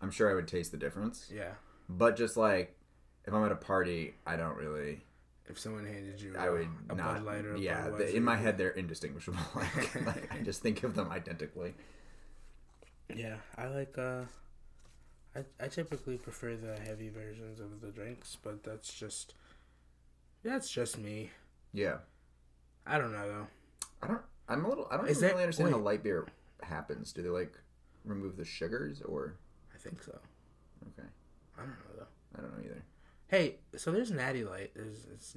Speaker 3: I'm sure I would taste the difference.
Speaker 2: Yeah.
Speaker 3: But just like if I'm at a party, I don't really.
Speaker 2: If someone handed you, um,
Speaker 3: I would
Speaker 2: a
Speaker 3: not.
Speaker 2: Bud Light or a
Speaker 3: yeah,
Speaker 2: Budweiser,
Speaker 3: the, in my head they're indistinguishable. (laughs)
Speaker 2: (laughs)
Speaker 3: Like, I just think of them identically.
Speaker 2: Yeah, I like. uh I I typically prefer the heavy versions of the drinks, but that's just that's just me.
Speaker 3: Yeah,
Speaker 2: I don't know though.
Speaker 3: I don't. I'm a little. I don't
Speaker 2: Is
Speaker 3: even
Speaker 2: there-
Speaker 3: really understand how
Speaker 2: wait.
Speaker 3: light beer happens. Do they like remove the sugars or?
Speaker 2: I think so.
Speaker 3: Okay,
Speaker 2: I don't know though.
Speaker 3: I don't know either.
Speaker 2: Hey, so there's Natty Light. There's it's,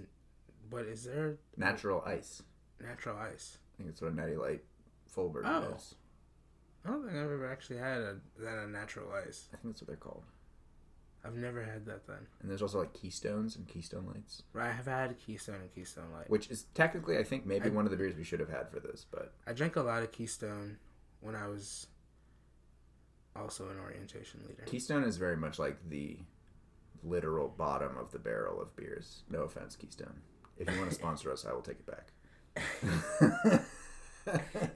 Speaker 2: but is there
Speaker 3: Natural ice.
Speaker 2: natural ice?
Speaker 3: I think that's what a natty light full version
Speaker 2: Oh.
Speaker 3: is.
Speaker 2: I don't think I've ever actually had a that a natural ice.
Speaker 3: I think that's what they're called.
Speaker 2: I've never had that then.
Speaker 3: And there's also like Keystones and Keystone Lights,
Speaker 2: Right, I have had Keystone and Keystone Light.
Speaker 3: which is technically, I think, maybe one of the beers we should have had for this, but
Speaker 2: I drank a lot of Keystone when I was also an orientation leader.
Speaker 3: Keystone is very much like the literal bottom of the barrel of beers. No offense, Keystone. If you want to sponsor us, I will take it
Speaker 2: (laughs)
Speaker 3: back.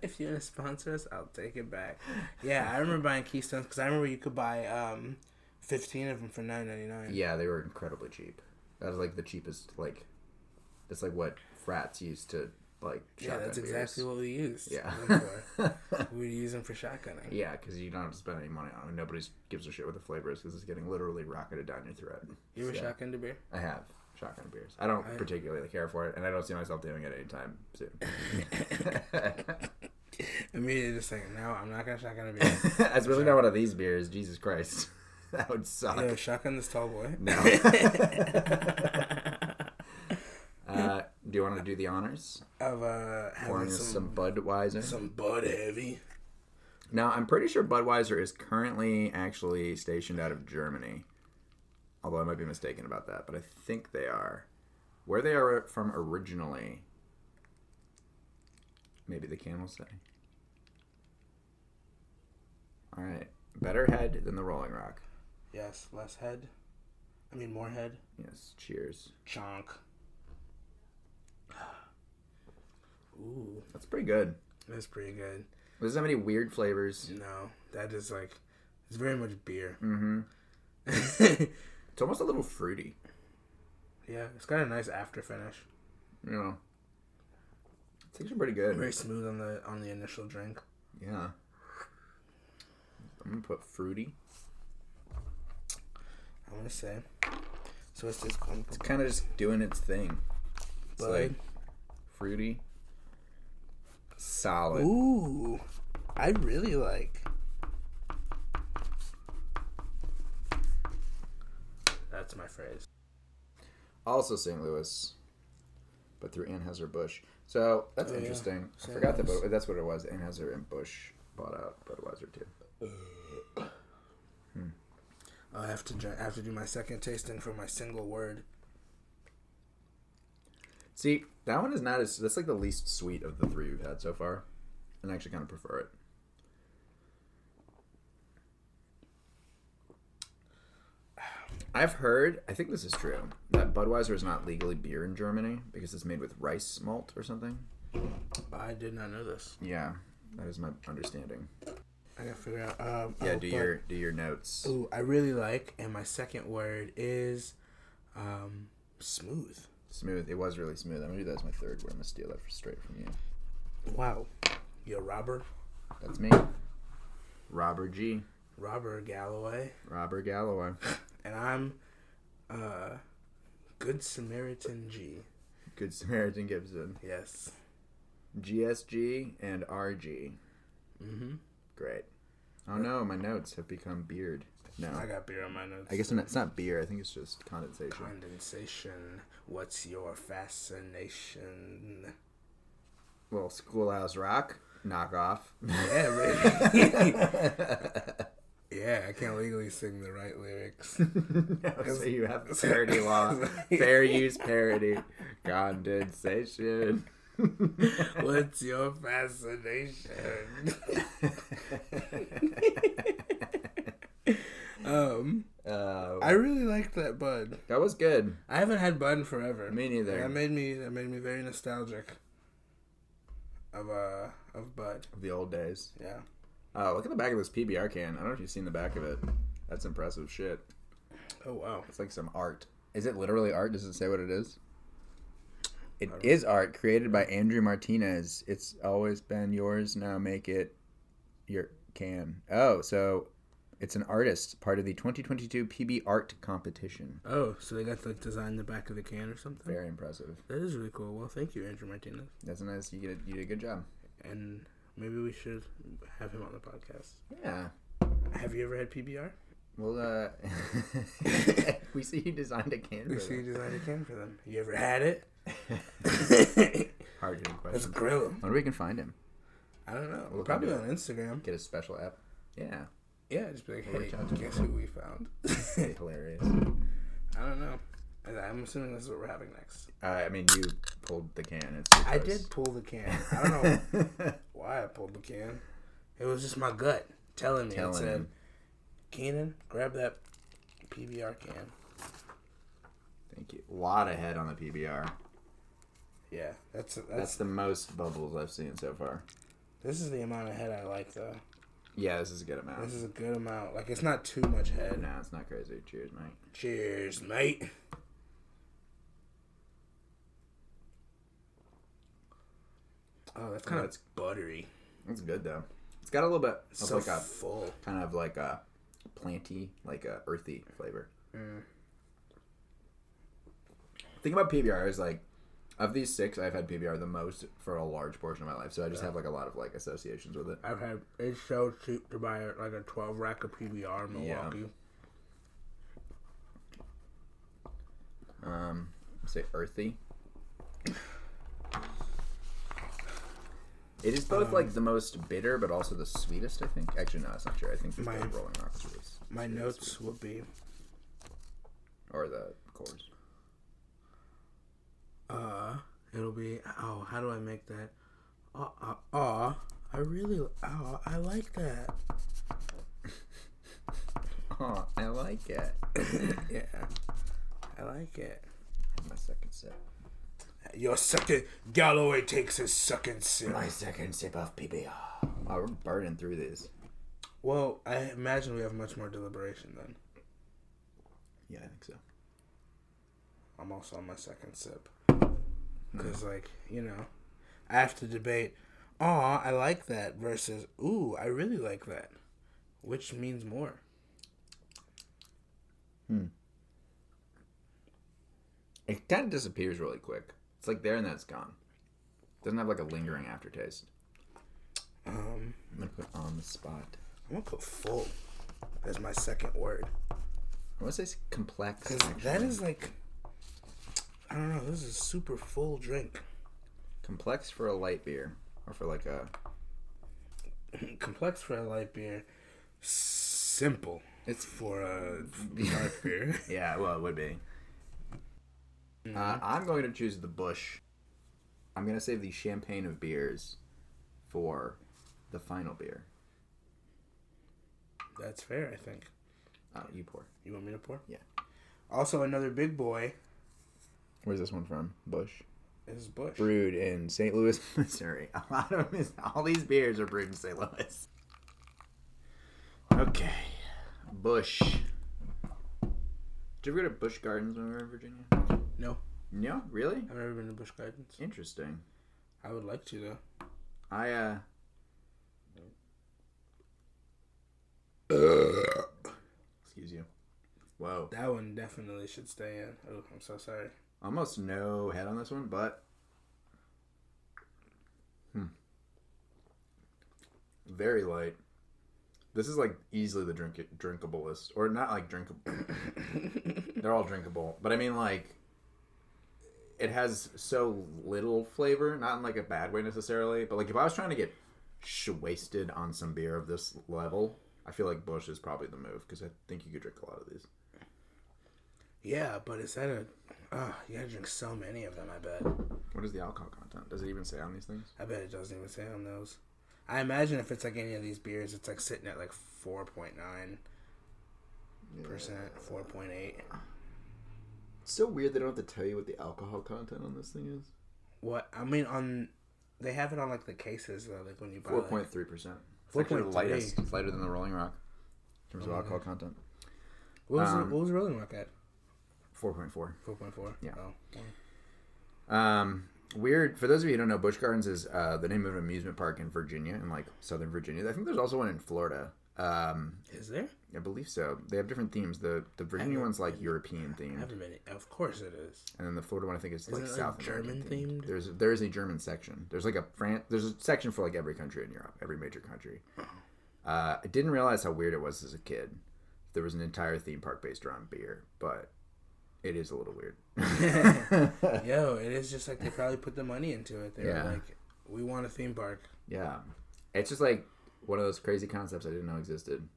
Speaker 2: If you want to sponsor us, I'll take it back. Yeah, I remember buying Keystones because I remember you could buy um, fifteen of them for nine ninety nine.
Speaker 3: Yeah, they were incredibly cheap. That was like the cheapest, like, that's like what frats used to like
Speaker 2: Yeah,
Speaker 3: shotgun
Speaker 2: that's
Speaker 3: beers.
Speaker 2: exactly what we used.
Speaker 3: Yeah.
Speaker 2: (laughs) them for.
Speaker 3: (laughs)
Speaker 2: we use them for shotgunning.
Speaker 3: Yeah, because you don't have to spend any money on it. Nobody gives a shit what the flavor is because it's getting literally rocketed down your throat.
Speaker 2: You ever
Speaker 3: So-
Speaker 2: shotgun to beer?
Speaker 3: I have shotgun beers. I don't particularly care for it, and I don't see myself doing it anytime soon. (laughs)
Speaker 2: Immediately just saying, no, I'm not gonna shotgun a beer. (laughs)
Speaker 3: Especially not one of these beers. Jesus Christ, (laughs) that would suck.
Speaker 2: Yo, shotgun this tall boy.
Speaker 3: (laughs) Uh, do you want to do the honors?
Speaker 2: Of uh, having
Speaker 3: Pouring us
Speaker 2: some
Speaker 3: some Budweiser.
Speaker 2: some Bud Heavy.
Speaker 3: Now, I'm pretty sure Budweiser is currently actually stationed out of Germany. Although I might be mistaken about that, but I think they are. Where they are from originally, maybe the can will say. All right. Better head than the Rolling Rock.
Speaker 2: Yes, less head. I mean, more head.
Speaker 3: Yes, cheers.
Speaker 2: Chonk. Ooh,
Speaker 3: That's pretty good.
Speaker 2: that's pretty good.
Speaker 3: It doesn't have any weird flavors.
Speaker 2: No, that is like, it's very much beer. (laughs)
Speaker 3: Mm-hmm.
Speaker 2: yeah,
Speaker 3: It's almost a little fruity.
Speaker 2: it's got a nice after finish.
Speaker 3: You know. It's actually pretty good.
Speaker 2: Very smooth on the on the initial drink.
Speaker 3: Yeah. I'm gonna put fruity.
Speaker 2: I want to say. So it's just um,
Speaker 3: It's kind of just doing its thing. It's
Speaker 2: Bud,
Speaker 3: like fruity. Solid.
Speaker 2: Ooh, I really like. That's my phrase.
Speaker 3: Also St. Louis, but through Anheuser-Busch. So that's
Speaker 2: Oh, yeah.
Speaker 3: interesting. I
Speaker 2: St.
Speaker 3: forgot that,
Speaker 2: Louis.
Speaker 3: but that's what it was. Anheuser and Busch bought out Budweiser too.
Speaker 2: I have to dr- I have to do my second tasting for my single word.
Speaker 3: See, that one is not as. That's like the least sweet of the three we've had so far, and I actually kind of prefer it. I've heard, I think this is true, that Budweiser is not legally beer in Germany because it's made with rice malt or something.
Speaker 2: I did not know this.
Speaker 3: Yeah, that is my understanding.
Speaker 2: I gotta figure out. Um,
Speaker 3: Yeah,
Speaker 2: oh,
Speaker 3: do
Speaker 2: but-
Speaker 3: your do your notes.
Speaker 2: Ooh, I really like, and my second word is, um, smooth.
Speaker 3: Smooth. It was really smooth. I'm gonna do that as my third word. I'm gonna steal that for straight from you.
Speaker 2: Wow, yo, robber,
Speaker 3: That's me. Robert G.
Speaker 2: robber Galloway,
Speaker 3: Robert Galloway. (laughs)
Speaker 2: and I'm, uh, Good Samaritan G.
Speaker 3: Good Samaritan Gibson.
Speaker 2: Yes.
Speaker 3: GSG and RG.
Speaker 2: Mm-hmm.
Speaker 3: Great. Oh no, my notes have become beard. No,
Speaker 2: I got beer on my notes.
Speaker 3: I guess it's not beer. I think it's just condensation.
Speaker 2: condensation. What's your fascination?
Speaker 3: Well, Schoolhouse Rock knockoff. (laughs)
Speaker 2: Yeah, right. yeah, I can't legally sing the right lyrics. (laughs)
Speaker 3: so you have parody law, fair use parody, condensation.
Speaker 2: What's
Speaker 3: (laughs)
Speaker 2: your fascination? (laughs) um,
Speaker 3: Uh,
Speaker 2: I really like that bud.
Speaker 3: that was good.
Speaker 2: I haven't had bud in forever.
Speaker 3: Me neither.
Speaker 2: That made me that made me very nostalgic. Of uh of bud.
Speaker 3: The old days.
Speaker 2: Yeah.
Speaker 3: Oh, look at the back of this PBR can. I don't know if you've seen the back of it. That's impressive shit.
Speaker 2: Oh wow.
Speaker 3: It's like some art. Is it literally art? Does it say what it is? It is art created by Andrew Martinez. It's always been yours. Now make it your can. Oh, so it's an artist, part of the 2022 PB Art Competition.
Speaker 2: Oh, so they got to like design the back of the can or something.
Speaker 3: Very impressive.
Speaker 2: That is really cool. Well, thank you, Andrew Martinez.
Speaker 3: That's nice. You, get a, you did a good job.
Speaker 2: And maybe we should have him on the podcast.
Speaker 3: Yeah.
Speaker 2: Have you ever had PBR?
Speaker 3: Well,
Speaker 2: (laughs)
Speaker 3: uh, (laughs) we see you designed a can. for
Speaker 2: We see you
Speaker 3: them.
Speaker 2: designed a can for them. You ever had it?
Speaker 3: Hard hitting
Speaker 2: Let's
Speaker 3: question.
Speaker 2: grill him.
Speaker 3: Wonder if we can find him.
Speaker 2: I don't know.
Speaker 3: We'll
Speaker 2: Probably
Speaker 3: do
Speaker 2: on Instagram.
Speaker 3: Get a special app. Yeah.
Speaker 2: Yeah, just be like,
Speaker 3: We'll
Speaker 2: hey,
Speaker 3: reach out to
Speaker 2: guess who we found? (laughs)
Speaker 3: Hilarious.
Speaker 2: I don't know. And I'm assuming this is what we're having next.
Speaker 3: Uh, I mean, you pulled the can. It's
Speaker 2: I did pull the can. I
Speaker 3: (laughs)
Speaker 2: don't know why I pulled the can. It was just my gut telling me.
Speaker 3: Telling
Speaker 2: it said,
Speaker 3: him.
Speaker 2: Keenan, grab that PBR can.
Speaker 3: Thank you. A lot of head on the PBR.
Speaker 2: Yeah, that's that's,
Speaker 3: That's the most bubbles I've seen so far.
Speaker 2: this is the amount of head I like though.
Speaker 3: Yeah, this is a good amount.
Speaker 2: This is a good amount. Like it's not too much head.
Speaker 3: no, it's not crazy. Cheers, mate.
Speaker 2: Cheers, mate. Oh, that's kind of
Speaker 3: That's-
Speaker 2: it's buttery.
Speaker 3: It's good though. It's got a little bit of
Speaker 2: So
Speaker 3: like a
Speaker 2: full.
Speaker 3: kind of like a planty, like a earthy flavor.
Speaker 2: Mm.
Speaker 3: Thing about PBR is like, of these six, I've had PBR the most for a large portion of my life. So I just have like a lot of like associations with it.
Speaker 2: I've had it's so cheap to buy like a twelve rack of PBR in
Speaker 3: Yeah.
Speaker 2: Milwaukee.
Speaker 3: Um, say earthy. It is both like the most bitter, but also the sweetest. I think. Actually, no, that's not true. I think the
Speaker 2: My-
Speaker 3: Rolling Rocks was,
Speaker 2: My notes would be
Speaker 3: or the Coors.
Speaker 2: uh, it'll be oh, how do I make that? Uh, uh, uh I really oh, I like that.
Speaker 3: Oh, I like (coughs) it.
Speaker 2: yeah, I like it.
Speaker 3: My second sip.
Speaker 2: Your second Galloway takes his second sip.
Speaker 3: My second sip of PBR. Oh, we're burning through these.
Speaker 2: Well, I imagine we have much more deliberation then.
Speaker 3: Yeah, I think so.
Speaker 2: I'm also on my second sip. Because, like, you know, I have to debate, aw, I like that versus, ooh, I really like that. Which means more.
Speaker 3: It kind of disappears really quick. It's like there and that's gone. Doesn't have like a lingering aftertaste.
Speaker 2: Um,
Speaker 3: I'm gonna put on the spot.
Speaker 2: I'm gonna put full as my second word.
Speaker 3: I want to say it's complex.
Speaker 2: 'Cause that is like, I don't know. This is a super full drink. (clears throat)
Speaker 3: complex for a light beer or for like a.
Speaker 2: Complex for a light beer. Simple. It's for a dark beer.
Speaker 3: (laughs) Yeah, well, it would be. (laughs) Uh, I'm going to choose the Bush. I'm going to save the champagne of beers for the final beer.
Speaker 2: That's fair, I think.
Speaker 3: Uh, you pour.
Speaker 2: You want me to pour?
Speaker 3: Yeah.
Speaker 2: Also, another big boy
Speaker 3: Where's this one from? Bush.
Speaker 2: is Bush.
Speaker 3: Brewed in St. Louis, (laughs) Missouri. A lot of them is, all these beers are brewed in St. Louis. Okay. Bush. Did you ever go to Bush Gardens when we were in Virginia?
Speaker 2: No,
Speaker 3: No, really?
Speaker 2: I've never been to Bush Gardens.
Speaker 3: Interesting.
Speaker 2: I would like to though.
Speaker 3: I uh excuse you. Whoa.
Speaker 2: That one definitely should stay in. Oh, I'm so sorry.
Speaker 3: Almost no head on this one, but hmm. Very light. This is like easily the drink drinkablest or not like drinkable. They're all drinkable, but I mean like it has so little flavor, not in like a bad way necessarily, but like if I was trying to get sh- wasted on some beer of this level, I feel like Bush is probably the move because I think you could drink a lot of these.
Speaker 2: Yeah, but is that a? Oh, you gotta drink so many of them. I bet.
Speaker 3: What is the alcohol content? Does it even say on these things?
Speaker 2: I bet it doesn't even say on those. I imagine if it's like any of these beers, it's like sitting at like four point nine percent, four point eight.
Speaker 3: It's so weird they don't have to tell you what the alcohol content on this thing is.
Speaker 2: What I mean on, they have it on like the cases though, like when you buy.
Speaker 3: Four
Speaker 2: Like,
Speaker 3: point three percent. It's actually the
Speaker 2: 4.3.
Speaker 3: lightest. It's lighter than the Rolling Rock in terms of alcohol content.
Speaker 2: what was
Speaker 3: um,
Speaker 2: the, what was Rolling Rock at?
Speaker 3: Four point four.
Speaker 2: Four point four.
Speaker 3: Yeah.
Speaker 2: Oh, well.
Speaker 3: Um, weird. For those of you who don't know, Busch Gardens is uh, the name of an amusement park in Virginia, in like Southern Virginia. I think there's also one in Florida. Um,
Speaker 2: Is there?
Speaker 3: I believe so. They have different themes. The the Virginia
Speaker 2: Haven't
Speaker 3: one's like European themed,
Speaker 2: I haven't been. Of course it is.
Speaker 3: and then the Florida one I think is
Speaker 2: Isn't
Speaker 3: like
Speaker 2: it, like,
Speaker 3: South American
Speaker 2: German-themed?
Speaker 3: There's there is a German section. There's like a France. There's a section for like every country in Europe, every major country. Uh, I didn't realize how weird it was as a kid. There was an entire theme park based around beer, but it is a little weird.
Speaker 2: Yo, it is just like they probably put the money into it. They
Speaker 3: Yeah.
Speaker 2: were like, we want a theme park.
Speaker 3: (laughs) Yeah. It's just like one of those crazy concepts I didn't know existed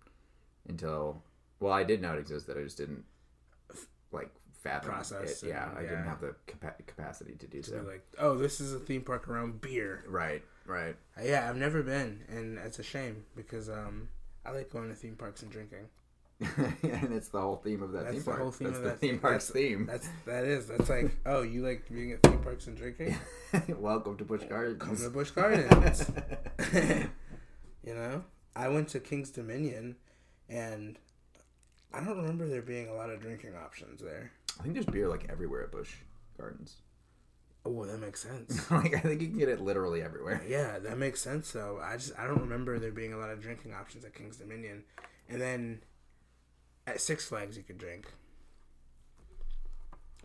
Speaker 3: until well, I did know it existed. I just didn't like fathom
Speaker 2: Process
Speaker 3: it. Yeah,
Speaker 2: and-
Speaker 3: I didn't
Speaker 2: yeah.
Speaker 3: have the capa- capacity to do so.
Speaker 2: They're like, oh, this is a theme park around beer.
Speaker 3: right, right.
Speaker 2: Uh, Yeah, I've never been, and it's a shame because um, I like going to theme parks and drinking.
Speaker 3: (laughs) and it's the whole theme of that
Speaker 2: That's
Speaker 3: theme
Speaker 2: the
Speaker 3: park.
Speaker 2: whole theme
Speaker 3: that's
Speaker 2: of
Speaker 3: the
Speaker 2: that
Speaker 3: theme
Speaker 2: theme-
Speaker 3: park's theme.
Speaker 2: That's that is that's like, oh, you like being at theme parks and drinking?
Speaker 3: (laughs) Welcome to Bush
Speaker 2: Come
Speaker 3: Gardens.
Speaker 2: to Busch Gardens. (laughs) you know, I went to King's Dominion, and I don't remember there being a lot of drinking options there.
Speaker 3: I think there's beer like everywhere at Bush Gardens. (laughs)
Speaker 2: Oh, that makes sense.
Speaker 3: like I think you can get it literally everywhere.
Speaker 2: Yeah, that makes sense though. I just I don't remember there being a lot of drinking options at King's Dominion. And then at Six Flags you could drink.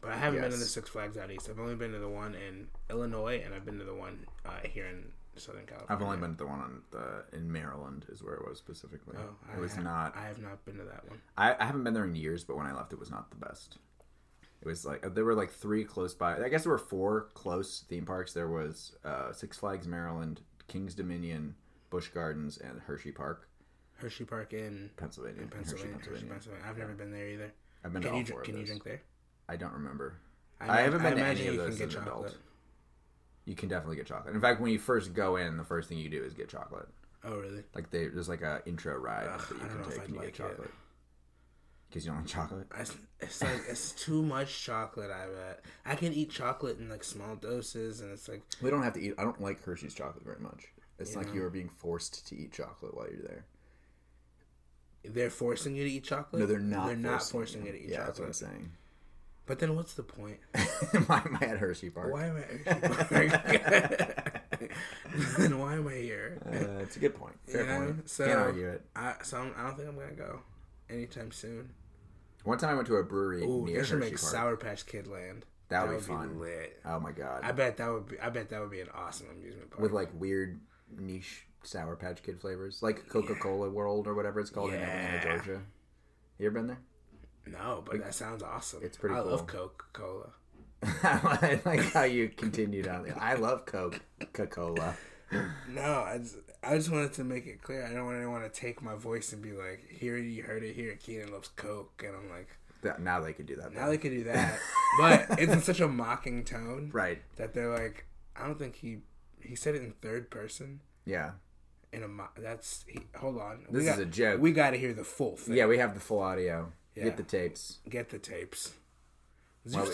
Speaker 2: But I haven't been to the
Speaker 3: Yes.
Speaker 2: Six Flags out east. I've only been to the one in Illinois and I've been to the one uh, here in Southern California.
Speaker 3: I've only been to the one on the, in Maryland is where it was specifically.
Speaker 2: Oh, I
Speaker 3: it was
Speaker 2: ha-
Speaker 3: not
Speaker 2: I have not been to that one.
Speaker 3: I, I haven't been there in years, but when I left, it was not the best. It was like there were like three close by. I guess there were four close theme parks. There was uh, Six Flags Maryland, Kings Dominion, Busch Gardens, and Hershey Park,
Speaker 2: Hershey Park in
Speaker 3: Pennsylvania.
Speaker 2: in
Speaker 3: Hershey,
Speaker 2: Pennsylvania. Hershey, Pennsylvania. I've never been there either.
Speaker 3: I've been to
Speaker 2: Can
Speaker 3: all
Speaker 2: you
Speaker 3: four
Speaker 2: dr-
Speaker 3: of
Speaker 2: can you
Speaker 3: those.
Speaker 2: drink there?
Speaker 3: I don't remember.
Speaker 2: ma-
Speaker 3: I haven't been to any
Speaker 2: imagine
Speaker 3: of
Speaker 2: you can
Speaker 3: those
Speaker 2: get
Speaker 3: as an adult.
Speaker 2: chocolate.
Speaker 3: You can definitely get chocolate. In fact, when you first go in, the first thing you do is get chocolate.
Speaker 2: Oh really?
Speaker 3: Like they, there's like a intro ride
Speaker 2: Ugh,
Speaker 3: that you
Speaker 2: I don't know
Speaker 3: can
Speaker 2: if
Speaker 3: take
Speaker 2: I'd
Speaker 3: and you
Speaker 2: like it.
Speaker 3: get chocolate. Because you don't like chocolate.
Speaker 2: I s it's like it's too much chocolate. I bet I can eat chocolate in like small doses, and it's like
Speaker 3: We don't have to eat. I don't like Hershey's chocolate very much. It's like
Speaker 2: Yeah.
Speaker 3: you are being forced to eat chocolate while you're there.
Speaker 2: they're forcing you to eat chocolate.
Speaker 3: No, they're not.
Speaker 2: They're not forcing you to eat
Speaker 3: yeah,
Speaker 2: chocolate.
Speaker 3: that's what I'm
Speaker 2: But then what's the point?
Speaker 3: saying. (laughs) my, my at Hershey Park. Uh,
Speaker 2: Why am
Speaker 3: (laughs)
Speaker 2: I? at Hershey Park? (laughs) then why am I here?
Speaker 3: Uh, it's a good point. Fair
Speaker 2: Yeah,
Speaker 3: point.
Speaker 2: so-
Speaker 3: Can't argue it.
Speaker 2: I so I'm, I don't think I'm gonna go anytime soon.
Speaker 3: One time I went to a brewery
Speaker 2: Ooh,
Speaker 3: near
Speaker 2: they should
Speaker 3: Hershey
Speaker 2: make
Speaker 3: Park.
Speaker 2: Sour Patch Kid Land.
Speaker 3: That,
Speaker 2: That
Speaker 3: would be
Speaker 2: would be
Speaker 3: fun.
Speaker 2: lit.
Speaker 3: Oh my god.
Speaker 2: I bet that would be. I bet that would be an awesome amusement park.
Speaker 3: With like weird niche Sour Patch Kid flavors, like Coca Cola World or whatever it's called in Atlanta,
Speaker 2: Yeah.
Speaker 3: Georgia. You ever been there?
Speaker 2: no, but that sounds awesome.
Speaker 3: it's pretty
Speaker 2: I
Speaker 3: cool.
Speaker 2: love Coca Cola.
Speaker 3: I (laughs) like how you continued on. I love Coca Cola.
Speaker 2: No, I just, I just wanted to make it clear. I don't want anyone to take my voice and be like, "Here you heard it here. Keenan loves Coke," and I'm like,
Speaker 3: Now they could do that.
Speaker 2: now they could
Speaker 3: (laughs)
Speaker 2: do that, but it's in such a mocking tone
Speaker 3: Right.
Speaker 2: that they're like, I don't think he he said it in third person.
Speaker 3: Yeah.
Speaker 2: In a mo- that's he, hold on.
Speaker 3: This is
Speaker 2: got,
Speaker 3: a joke.
Speaker 2: We got to hear the full thing.
Speaker 3: Yeah, we have the full audio.
Speaker 2: Yeah.
Speaker 3: Get the tapes.
Speaker 2: Get the tapes.
Speaker 3: Well,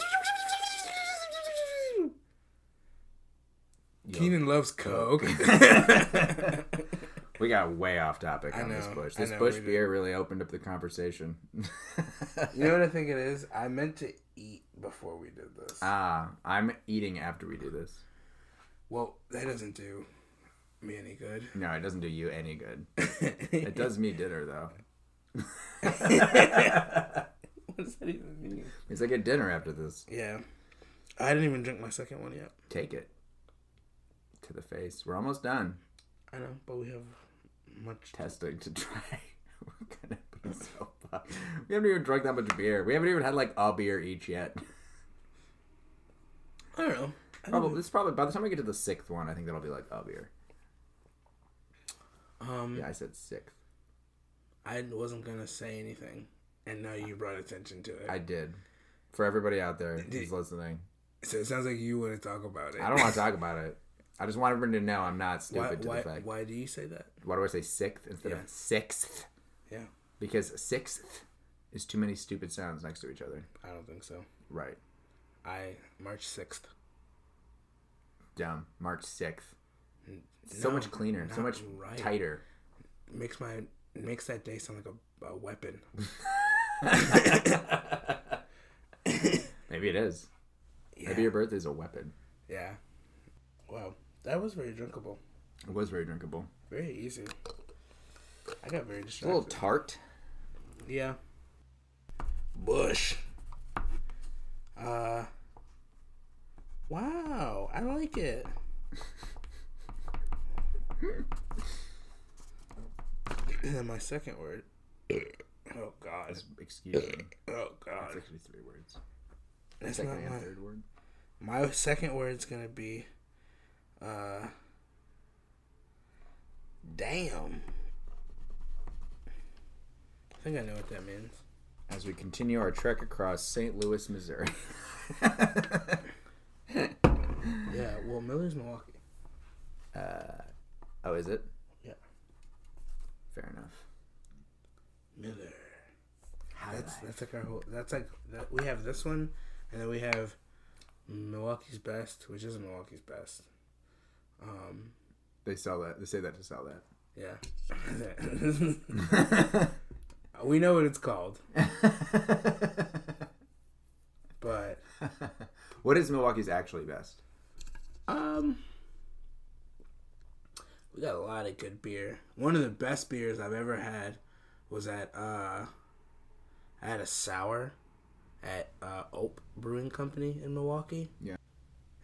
Speaker 3: Yo.
Speaker 2: Keenan
Speaker 3: (laughs)
Speaker 2: loves Coke. (laughs)
Speaker 3: We got way off topic
Speaker 2: I
Speaker 3: on this
Speaker 2: know,
Speaker 3: bush.
Speaker 2: I
Speaker 3: This
Speaker 2: know,
Speaker 3: bush
Speaker 2: we did.
Speaker 3: beer really opened up the conversation. (laughs)
Speaker 2: you know what I think it is? I meant to eat before we did this.
Speaker 3: ah, I'm eating after we do this.
Speaker 2: well, that doesn't do me
Speaker 3: (laughs)
Speaker 2: any good.
Speaker 3: No, it doesn't do you any
Speaker 2: (laughs)
Speaker 3: good. It does me dinner though.
Speaker 2: what does that even mean?
Speaker 3: It's like a dinner after this.
Speaker 2: Yeah. I didn't even drink my second one yet.
Speaker 3: Take it to the face. We're almost done
Speaker 2: I know, but we have much
Speaker 3: testing to (laughs) try. We're gonna be so fucked. We haven't even drunk that much beer. We haven't even had like a beer each yet. (laughs)
Speaker 2: I don't know. I don't
Speaker 3: Probably. It's probably by the time we get to the sixth one, I think that'll be like a beer.
Speaker 2: know. Um,
Speaker 3: Yeah, I said sixth.
Speaker 2: I wasn't gonna say anything, and now you brought attention to it.
Speaker 3: I did. For everybody out there
Speaker 2: Did-
Speaker 3: who's listening,
Speaker 2: so it sounds like you want to talk about it.
Speaker 3: I don't
Speaker 2: (laughs)
Speaker 3: want to talk about it. I just want everyone to know I'm not
Speaker 2: why,
Speaker 3: stupid to
Speaker 2: why,
Speaker 3: the fact. Why,
Speaker 2: why do you say that?
Speaker 3: do I say sixth instead
Speaker 2: Yeah.
Speaker 3: of sixth?
Speaker 2: Yeah,
Speaker 3: Because sixth is too many stupid sounds next to each other.
Speaker 2: I don't think so.
Speaker 3: Right.
Speaker 2: I March sixth.
Speaker 3: Dumb. March sixth. So much cleaner. So much tighter.
Speaker 2: Makes my makes that day sound like a, a weapon.
Speaker 3: Maybe it is.
Speaker 2: Yeah.
Speaker 3: Maybe your birthday is a weapon.
Speaker 2: yeah. Wow, that was very drinkable.
Speaker 3: It was very drinkable.
Speaker 2: Very easy. I got very
Speaker 3: A little
Speaker 2: distracted.
Speaker 3: tart.
Speaker 2: yeah. Bush. Uh. Wow, I like it. and then my second word. (coughs) Oh God.
Speaker 3: Excuse me.
Speaker 2: Oh God.
Speaker 3: Actually, three words.
Speaker 2: That's
Speaker 3: Second and
Speaker 2: not my.
Speaker 3: third word.
Speaker 2: My second word's gonna be, uh, damn. I think I know what that means.
Speaker 3: As we continue our trek across St. Louis, Missouri. (laughs)
Speaker 2: Yeah, well, Miller's Milwaukee.
Speaker 3: oh, is it?
Speaker 2: Yeah,
Speaker 3: Fair enough.
Speaker 2: Miller.
Speaker 3: How did
Speaker 2: That's that's like our whole. That's like that. We have this one, and then we have Milwaukee's best, which isn't Milwaukee's best. Um.
Speaker 3: They sell that. They say that to sell that.
Speaker 2: Yeah. (laughs) we know what it's called, but
Speaker 3: (laughs) what is Milwaukee's actually best?
Speaker 2: Um, we got a lot of good beer. One of the best beers I've ever had was at uh, I had a sour at uh, Ope Brewing Company in Milwaukee.
Speaker 3: Yeah.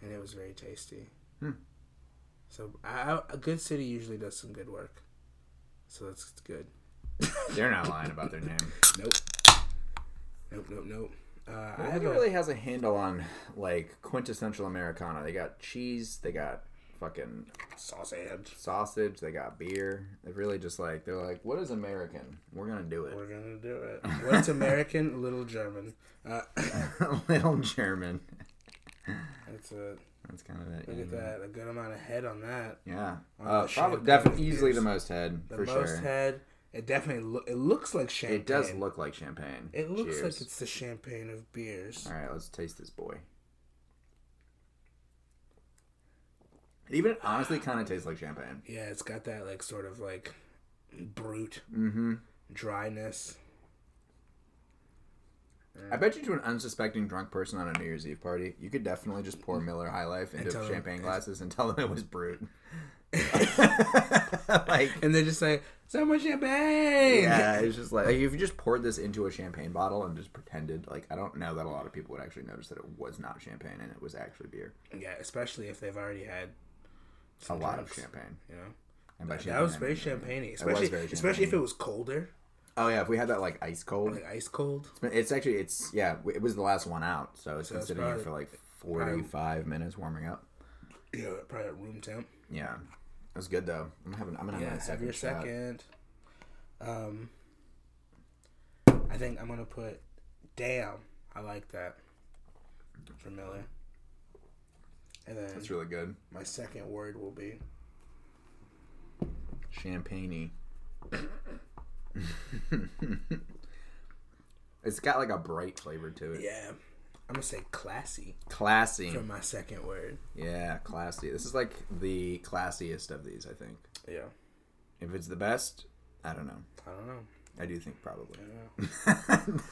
Speaker 2: and it was very tasty. So I, I- a good city usually does some good work. So that's good.
Speaker 3: They're not lying about their name.
Speaker 2: Nope. Nope. Nope. Nope. Uh, I have
Speaker 3: Milwaukee
Speaker 2: a,
Speaker 3: really has a handle on like quintessential Americana. They got cheese. They got fucking
Speaker 2: sausage.
Speaker 3: sausage. They got beer. They really just like they're like, what is American? We're gonna do
Speaker 2: We're
Speaker 3: it.
Speaker 2: gonna do it. What's American? Little German. Uh, (coughs)
Speaker 3: (laughs) Little German.
Speaker 2: that's a
Speaker 3: That's kind of it.
Speaker 2: Look at that, a good amount of head on that.
Speaker 3: Yeah.
Speaker 2: the
Speaker 3: Uh, probably,
Speaker 2: champagne
Speaker 3: definitely, easily
Speaker 2: is-
Speaker 3: the most head
Speaker 2: The
Speaker 3: for
Speaker 2: most
Speaker 3: sure.
Speaker 2: head. It definitely loo- it looks like champagne.
Speaker 3: It does look like champagne.
Speaker 2: It looks
Speaker 3: Cheers.
Speaker 2: like it's the champagne of beers.
Speaker 3: All right, let's taste this boy. It even honestly kind of tastes like champagne.
Speaker 2: Yeah, it's got that like sort of like brute
Speaker 3: Mm-hmm.
Speaker 2: dryness.
Speaker 3: I bet you to an unsuspecting drunk person on a New Year's Eve party, you could definitely just pour Miller High Life into
Speaker 2: tell them- (laughs)
Speaker 3: champagne glasses and tell them it was brut. (laughs) like
Speaker 2: and they're just like so much champagne.
Speaker 3: yeah, it's just like, like, if you just poured this into a champagne bottle and just pretended like I don't know that a lot of people would actually notice that it was not champagne and it was actually beer.
Speaker 2: (laughs) Yeah, especially if they've already had
Speaker 3: A
Speaker 2: some
Speaker 3: lot of
Speaker 2: drinks,
Speaker 3: champagne.
Speaker 2: You know,
Speaker 3: And by
Speaker 2: that was
Speaker 3: I
Speaker 2: very
Speaker 3: mean-
Speaker 2: champagne-y.
Speaker 3: was
Speaker 2: especially
Speaker 3: very
Speaker 2: especially if Oh, it
Speaker 3: champagne-y.
Speaker 2: was colder,
Speaker 3: Oh yeah, if we had that like ice cold,
Speaker 2: like ice cold.
Speaker 3: it's actually it's yeah, it was the last one out, so it's been
Speaker 2: it's
Speaker 3: sitting here for
Speaker 2: probably-
Speaker 3: like forty five minutes warming up.
Speaker 2: Yeah, probably at room temp.
Speaker 3: Yeah, it was good though. I'm having I'm gonna
Speaker 2: Yeah,
Speaker 3: have a
Speaker 2: have
Speaker 3: second
Speaker 2: your
Speaker 3: shot.
Speaker 2: second. Um, I think I'm gonna put. Damn, I like that. For Miller. And then
Speaker 3: That's really good.
Speaker 2: my second word will be
Speaker 3: Champagne. (laughs) it's got like a bright flavor to it.
Speaker 2: yeah. I'm gonna say classy
Speaker 3: Classy.
Speaker 2: for my second word.
Speaker 3: Yeah, classy. This is like the classiest of these, I think.
Speaker 2: Yeah,
Speaker 3: If it's the best, I don't know.
Speaker 2: I don't know.
Speaker 3: I do think probably.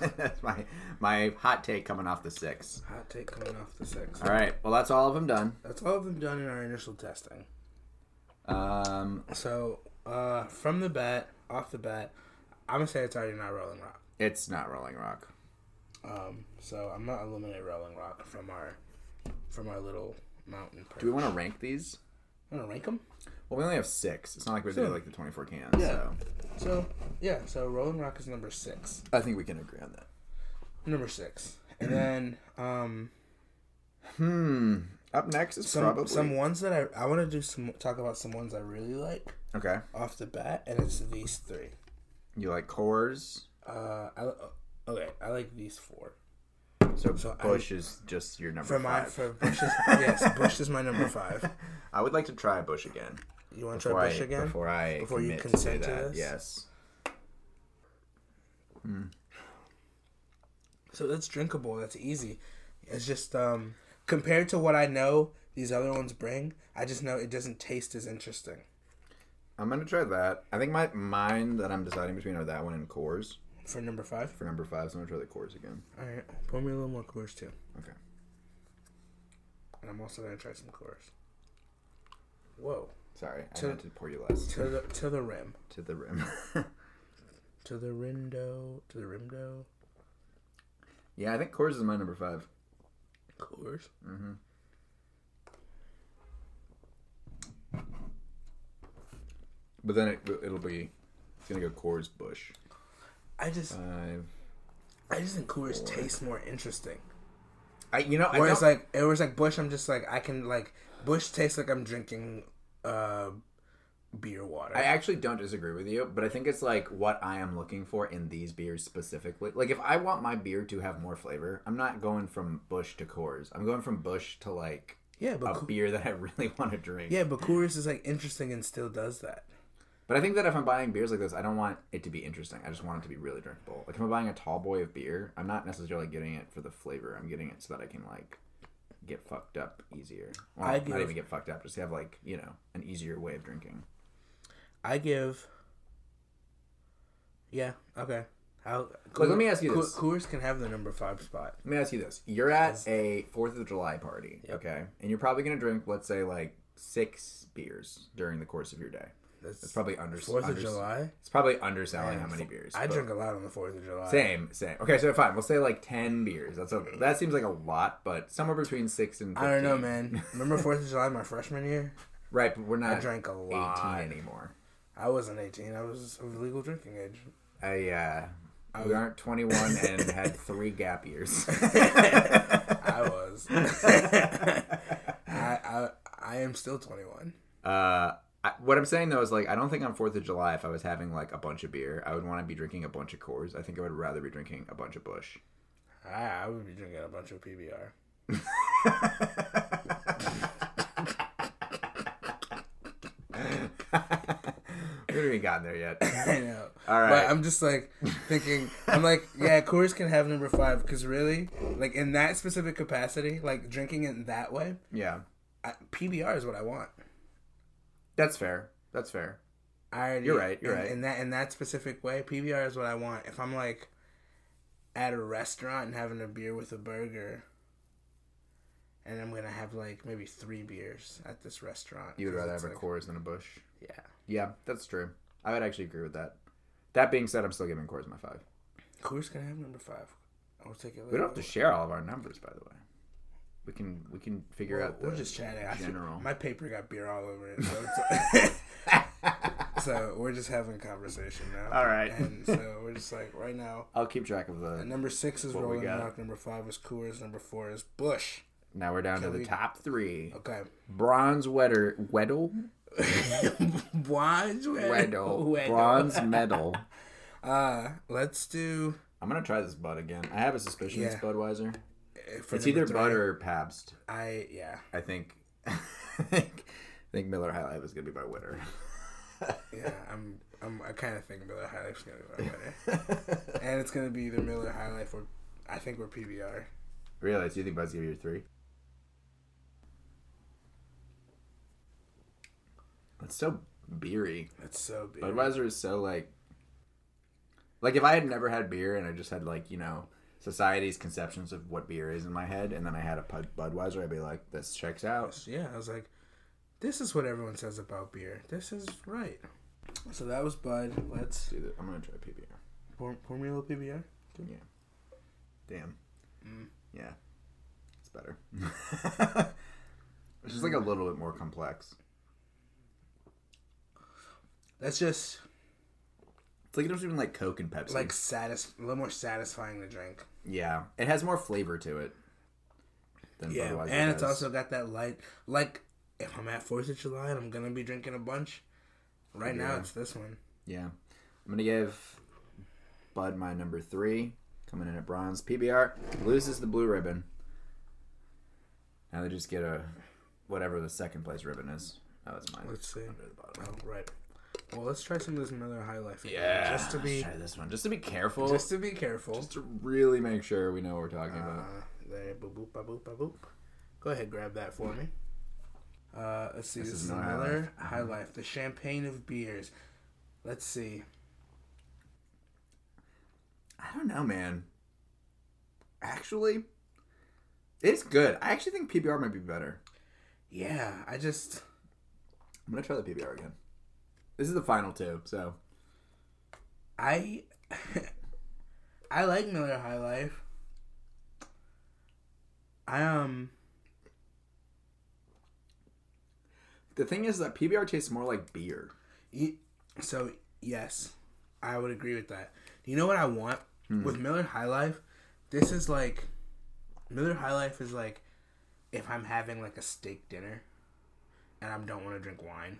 Speaker 3: (laughs) that's my my hot take coming off the six.
Speaker 2: Hot take coming off the six.
Speaker 3: All right. Well, that's all of them done.
Speaker 2: That's all of them done in our initial testing.
Speaker 3: Um,
Speaker 2: So uh, from the bat, off the bat, I'm gonna say it's already not Rolling Rock.
Speaker 3: it's not Rolling Rock.
Speaker 2: Um, so I'm gonna eliminate Rolling Rock from our from our little mountain. Perch.
Speaker 3: Do we want to rank these?
Speaker 2: want to rank them?
Speaker 3: Well, we only have six. It's not like we did
Speaker 2: Sure.
Speaker 3: like the twenty-four cans.
Speaker 2: Yeah.
Speaker 3: So
Speaker 2: So yeah, so Rolling Rock is number six.
Speaker 3: I think we can agree on that.
Speaker 2: Number six, and
Speaker 3: Mm-hmm.
Speaker 2: then um,
Speaker 3: Hmm. Up next is
Speaker 2: some
Speaker 3: probably
Speaker 2: some ones that I I want to do some talk about some ones I really like
Speaker 3: okay.
Speaker 2: off the bat, and it's these three.
Speaker 3: You like Coors,
Speaker 2: Uh, I, li- okay, I like these four.
Speaker 3: so,
Speaker 2: I-
Speaker 3: Bush is just your number
Speaker 2: For my
Speaker 3: five.
Speaker 2: for Bush is, yes, Bush is my number five.
Speaker 3: (laughs) I would like to try Bush again.
Speaker 2: You want to
Speaker 3: before
Speaker 2: try Bush
Speaker 3: I,
Speaker 2: again?
Speaker 3: Before I
Speaker 2: Before you
Speaker 3: commit to
Speaker 2: consent
Speaker 3: do
Speaker 2: to
Speaker 3: that,
Speaker 2: this?
Speaker 3: Yes.
Speaker 2: So that's drinkable. That's easy. It's just um, compared to what I know these other ones bring, I just know it doesn't taste as interesting.
Speaker 3: I'm gonna try that. I think my mine that I'm deciding between are that one and Coors
Speaker 2: For number five,
Speaker 3: for number five. So I'm gonna try the Coors again.
Speaker 2: all right, pour me a little more Coors too,
Speaker 3: Okay.
Speaker 2: and I'm also gonna try some Coors. Whoa,
Speaker 3: Sorry, I To- meant to pour you less
Speaker 2: to the to the rim,
Speaker 3: to the rim. (laughs)
Speaker 2: to the rindo, to the rimdo,
Speaker 3: yeah, I think Coors is my number five.
Speaker 2: Coors.
Speaker 3: But then it, it'll be it's gonna go Coors Bush.
Speaker 2: I just
Speaker 3: Five.
Speaker 2: I just think Coors tastes more interesting.
Speaker 3: I you know I
Speaker 2: Whereas
Speaker 3: don't,
Speaker 2: like it was like Bush, I'm just like I can like Bush tastes like I'm drinking uh beer water.
Speaker 3: I actually don't disagree with you, but I think it's like what I am looking for in these beers specifically. Like if I want my beer to have more flavor, I'm not going from Bush to Coors. I'm going from Bush to like
Speaker 2: yeah, but
Speaker 3: a
Speaker 2: Coo-
Speaker 3: beer that I (laughs) really want to drink.
Speaker 2: Yeah, but Coors is like interesting and still does that.
Speaker 3: But I think that if I'm buying beers like this, I don't want it to be interesting. I just want it to be really drinkable. Like if I'm buying a tall boy of beer, I'm not necessarily getting it for the flavor. I'm getting it so that I can like get fucked up easier. Well,
Speaker 2: I
Speaker 3: not
Speaker 2: give-
Speaker 3: even get fucked up, just have like, you know, an easier way of drinking.
Speaker 2: I give. Yeah. Okay. How?
Speaker 3: Look, let me ask you
Speaker 2: Coo-
Speaker 3: this.
Speaker 2: Coors can have the number five spot.
Speaker 3: Let me ask you this. You're at a 4th of July party, okay? And you're probably going to drink let's say like 6 beers during the course of your day. It's
Speaker 2: That's
Speaker 3: probably under
Speaker 2: Fourth of
Speaker 3: under-
Speaker 2: July.
Speaker 3: It's probably underselling how
Speaker 2: Man,
Speaker 3: many beers.
Speaker 2: I
Speaker 3: but-
Speaker 2: drink a lot on the Fourth of July.
Speaker 3: Same, same. Okay, so fine. We'll say like ten beers. That's a that seems like a lot, but somewhere between six and 15.
Speaker 2: I don't
Speaker 3: (laughs)
Speaker 2: know, man. Remember Fourth of July my freshman year?
Speaker 3: Right, but we're not
Speaker 2: I drank a
Speaker 3: eighteen
Speaker 2: lot.
Speaker 3: anymore.
Speaker 2: I wasn't eighteen. I was of legal drinking
Speaker 3: (laughs)
Speaker 2: age.
Speaker 3: I uh, we aren't twenty one and had three gap
Speaker 2: (laughs)
Speaker 3: years.
Speaker 2: I was.
Speaker 3: (laughs)
Speaker 2: I, I I am still twenty one.
Speaker 3: uh, I, what I'm saying though is like I don't think on Fourth of July if I was having like a bunch of beer, I would want to be drinking a bunch of Coors. I think I would rather be drinking a bunch of
Speaker 2: (laughs)
Speaker 3: Bush.
Speaker 2: I, I would be drinking a bunch of PBR.
Speaker 3: we haven't even gotten there yet.
Speaker 2: (laughs) I know.
Speaker 3: All right.
Speaker 2: But I'm just like thinking, I'm like, yeah, Coors can have number five because really, like in that specific capacity, like drinking it that way,
Speaker 3: yeah,
Speaker 2: I, PBR is what I want.
Speaker 3: that's fair. That's fair.
Speaker 2: I already,
Speaker 3: You're right, you're
Speaker 2: in,
Speaker 3: right.
Speaker 2: In that in that specific way, PBR is what I want. If I'm like at a restaurant and having a beer with a burger, and I'm gonna have like maybe three beers at this restaurant.
Speaker 3: You would
Speaker 2: 'cause
Speaker 3: rather
Speaker 2: it's
Speaker 3: have a
Speaker 2: like-
Speaker 3: Coors than a Bush.
Speaker 2: Yeah,
Speaker 3: Yeah, that's true. I would actually agree with that. That being said, I'm still giving Coors my five.
Speaker 2: Coors can have number five. I'll take it.
Speaker 3: We don't have to share all of our numbers, by the way. We can we can figure
Speaker 2: We're,
Speaker 3: out the
Speaker 2: we're just chatting. I threw-
Speaker 3: general.
Speaker 2: my paper got beer all over it, so, it's- (laughs) so we're just having a conversation now.
Speaker 3: All right.
Speaker 2: and so we're just like right now.
Speaker 3: I'll keep track of the.
Speaker 2: Number six is
Speaker 3: What we
Speaker 2: Rolling
Speaker 3: got?
Speaker 2: Rock. Number five is Coors. Number four is Bush.
Speaker 3: Now we're down to the
Speaker 2: we-
Speaker 3: top three. (laughs)
Speaker 2: Okay.
Speaker 3: Bronze wetter Weddle
Speaker 2: Bronze
Speaker 3: Weddle
Speaker 2: (laughs) Weddle.
Speaker 3: bronze medal.
Speaker 2: Uh, let's do.
Speaker 3: I'm gonna try this Bud again. I have a suspicion it's
Speaker 2: Yeah.
Speaker 3: Budweiser.
Speaker 2: uh, for
Speaker 3: It's
Speaker 2: number
Speaker 3: either
Speaker 2: three,
Speaker 3: Bud or Pabst.
Speaker 2: I yeah
Speaker 3: I think. (laughs) I think I think Miller High Life is gonna be my winner. (laughs)
Speaker 2: yeah I'm I'm I kind of think Miller High Life's gonna be my winner,
Speaker 3: (laughs)
Speaker 2: and it's gonna be either Miller High Life or I think we're PBR.
Speaker 3: Really? So you think Bud's gonna be your three? That's so beery.
Speaker 2: That's so big.
Speaker 3: Budweiser is so like like if I had never had beer and I just had like, you know, society's conceptions of what beer is in my head and then I had a Bud- Budweiser, I'd be like, this checks out.
Speaker 2: Yeah, I was like, this is what everyone says about beer. This is right. So that was Bud. Let's
Speaker 3: Dude, I'm gonna try PBR.
Speaker 2: pour, pour me a little PBR.
Speaker 3: Yeah. Damn.
Speaker 2: Mm.
Speaker 3: Yeah. It's better. (laughs) it's just like a little bit more complex.
Speaker 2: That's just
Speaker 3: It's like it doesn't even like Coke and Pepsi.
Speaker 2: like satis- a little more satisfying to drink.
Speaker 3: Yeah, it has more flavor to it than
Speaker 2: Yeah,
Speaker 3: Budweiser.
Speaker 2: and it's
Speaker 3: does.
Speaker 2: also got that light. Like if I'm at Fourth of July and I'm gonna be drinking a bunch, right now
Speaker 3: Yeah.
Speaker 2: it's this one.
Speaker 3: yeah. I'm gonna give Bud my number three, coming in at bronze. PBR loses the blue ribbon. Now they just get a whatever the second place ribbon is. Oh, it's mine.
Speaker 2: Let's see.
Speaker 3: Under the bottom.
Speaker 2: Oh, right. Well, let's try some of this Miller High Life. again,
Speaker 3: Yeah,
Speaker 2: Just to be,
Speaker 3: Let's try this one. Just to be careful.
Speaker 2: just to be careful.
Speaker 3: Just to really make sure we know what we're talking
Speaker 2: Uh,
Speaker 3: about.
Speaker 2: there, boop, boop, ba, boop, ba, boop. Go ahead, grab that for me. Uh, let's see. This,
Speaker 3: is
Speaker 2: is
Speaker 3: not High
Speaker 2: another High Life, the champagne of beers. Let's see.
Speaker 3: Uh, I don't know, man. Actually, it's good. I actually think PBR might be better.
Speaker 2: Yeah, I just
Speaker 3: I'm gonna try the PBR again. This is the final two, so
Speaker 2: I (laughs) I like Miller High Life. I um
Speaker 3: the thing is that PBR tastes more like beer.
Speaker 2: Ye- So yes, I would agree with that. You know what I want
Speaker 3: Hmm.
Speaker 2: with Miller High Life? This is like Miller High Life is like if I'm having like a steak dinner and I don't want to drink wine,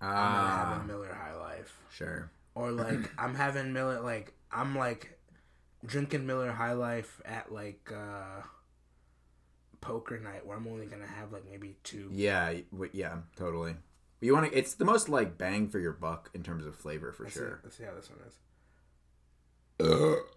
Speaker 2: I'm gonna have a Miller High Life.
Speaker 3: Ah, sure. (clears throat)
Speaker 2: Or like I'm having Miller like I'm like drinking Miller High Life at like uh poker night where I'm only gonna have like maybe two.
Speaker 3: Yeah, y- w- yeah, totally. You want to? It's the most like bang for your buck in terms of flavor for
Speaker 2: Let's see-
Speaker 3: sure.
Speaker 2: let's see how this one is. (laughs)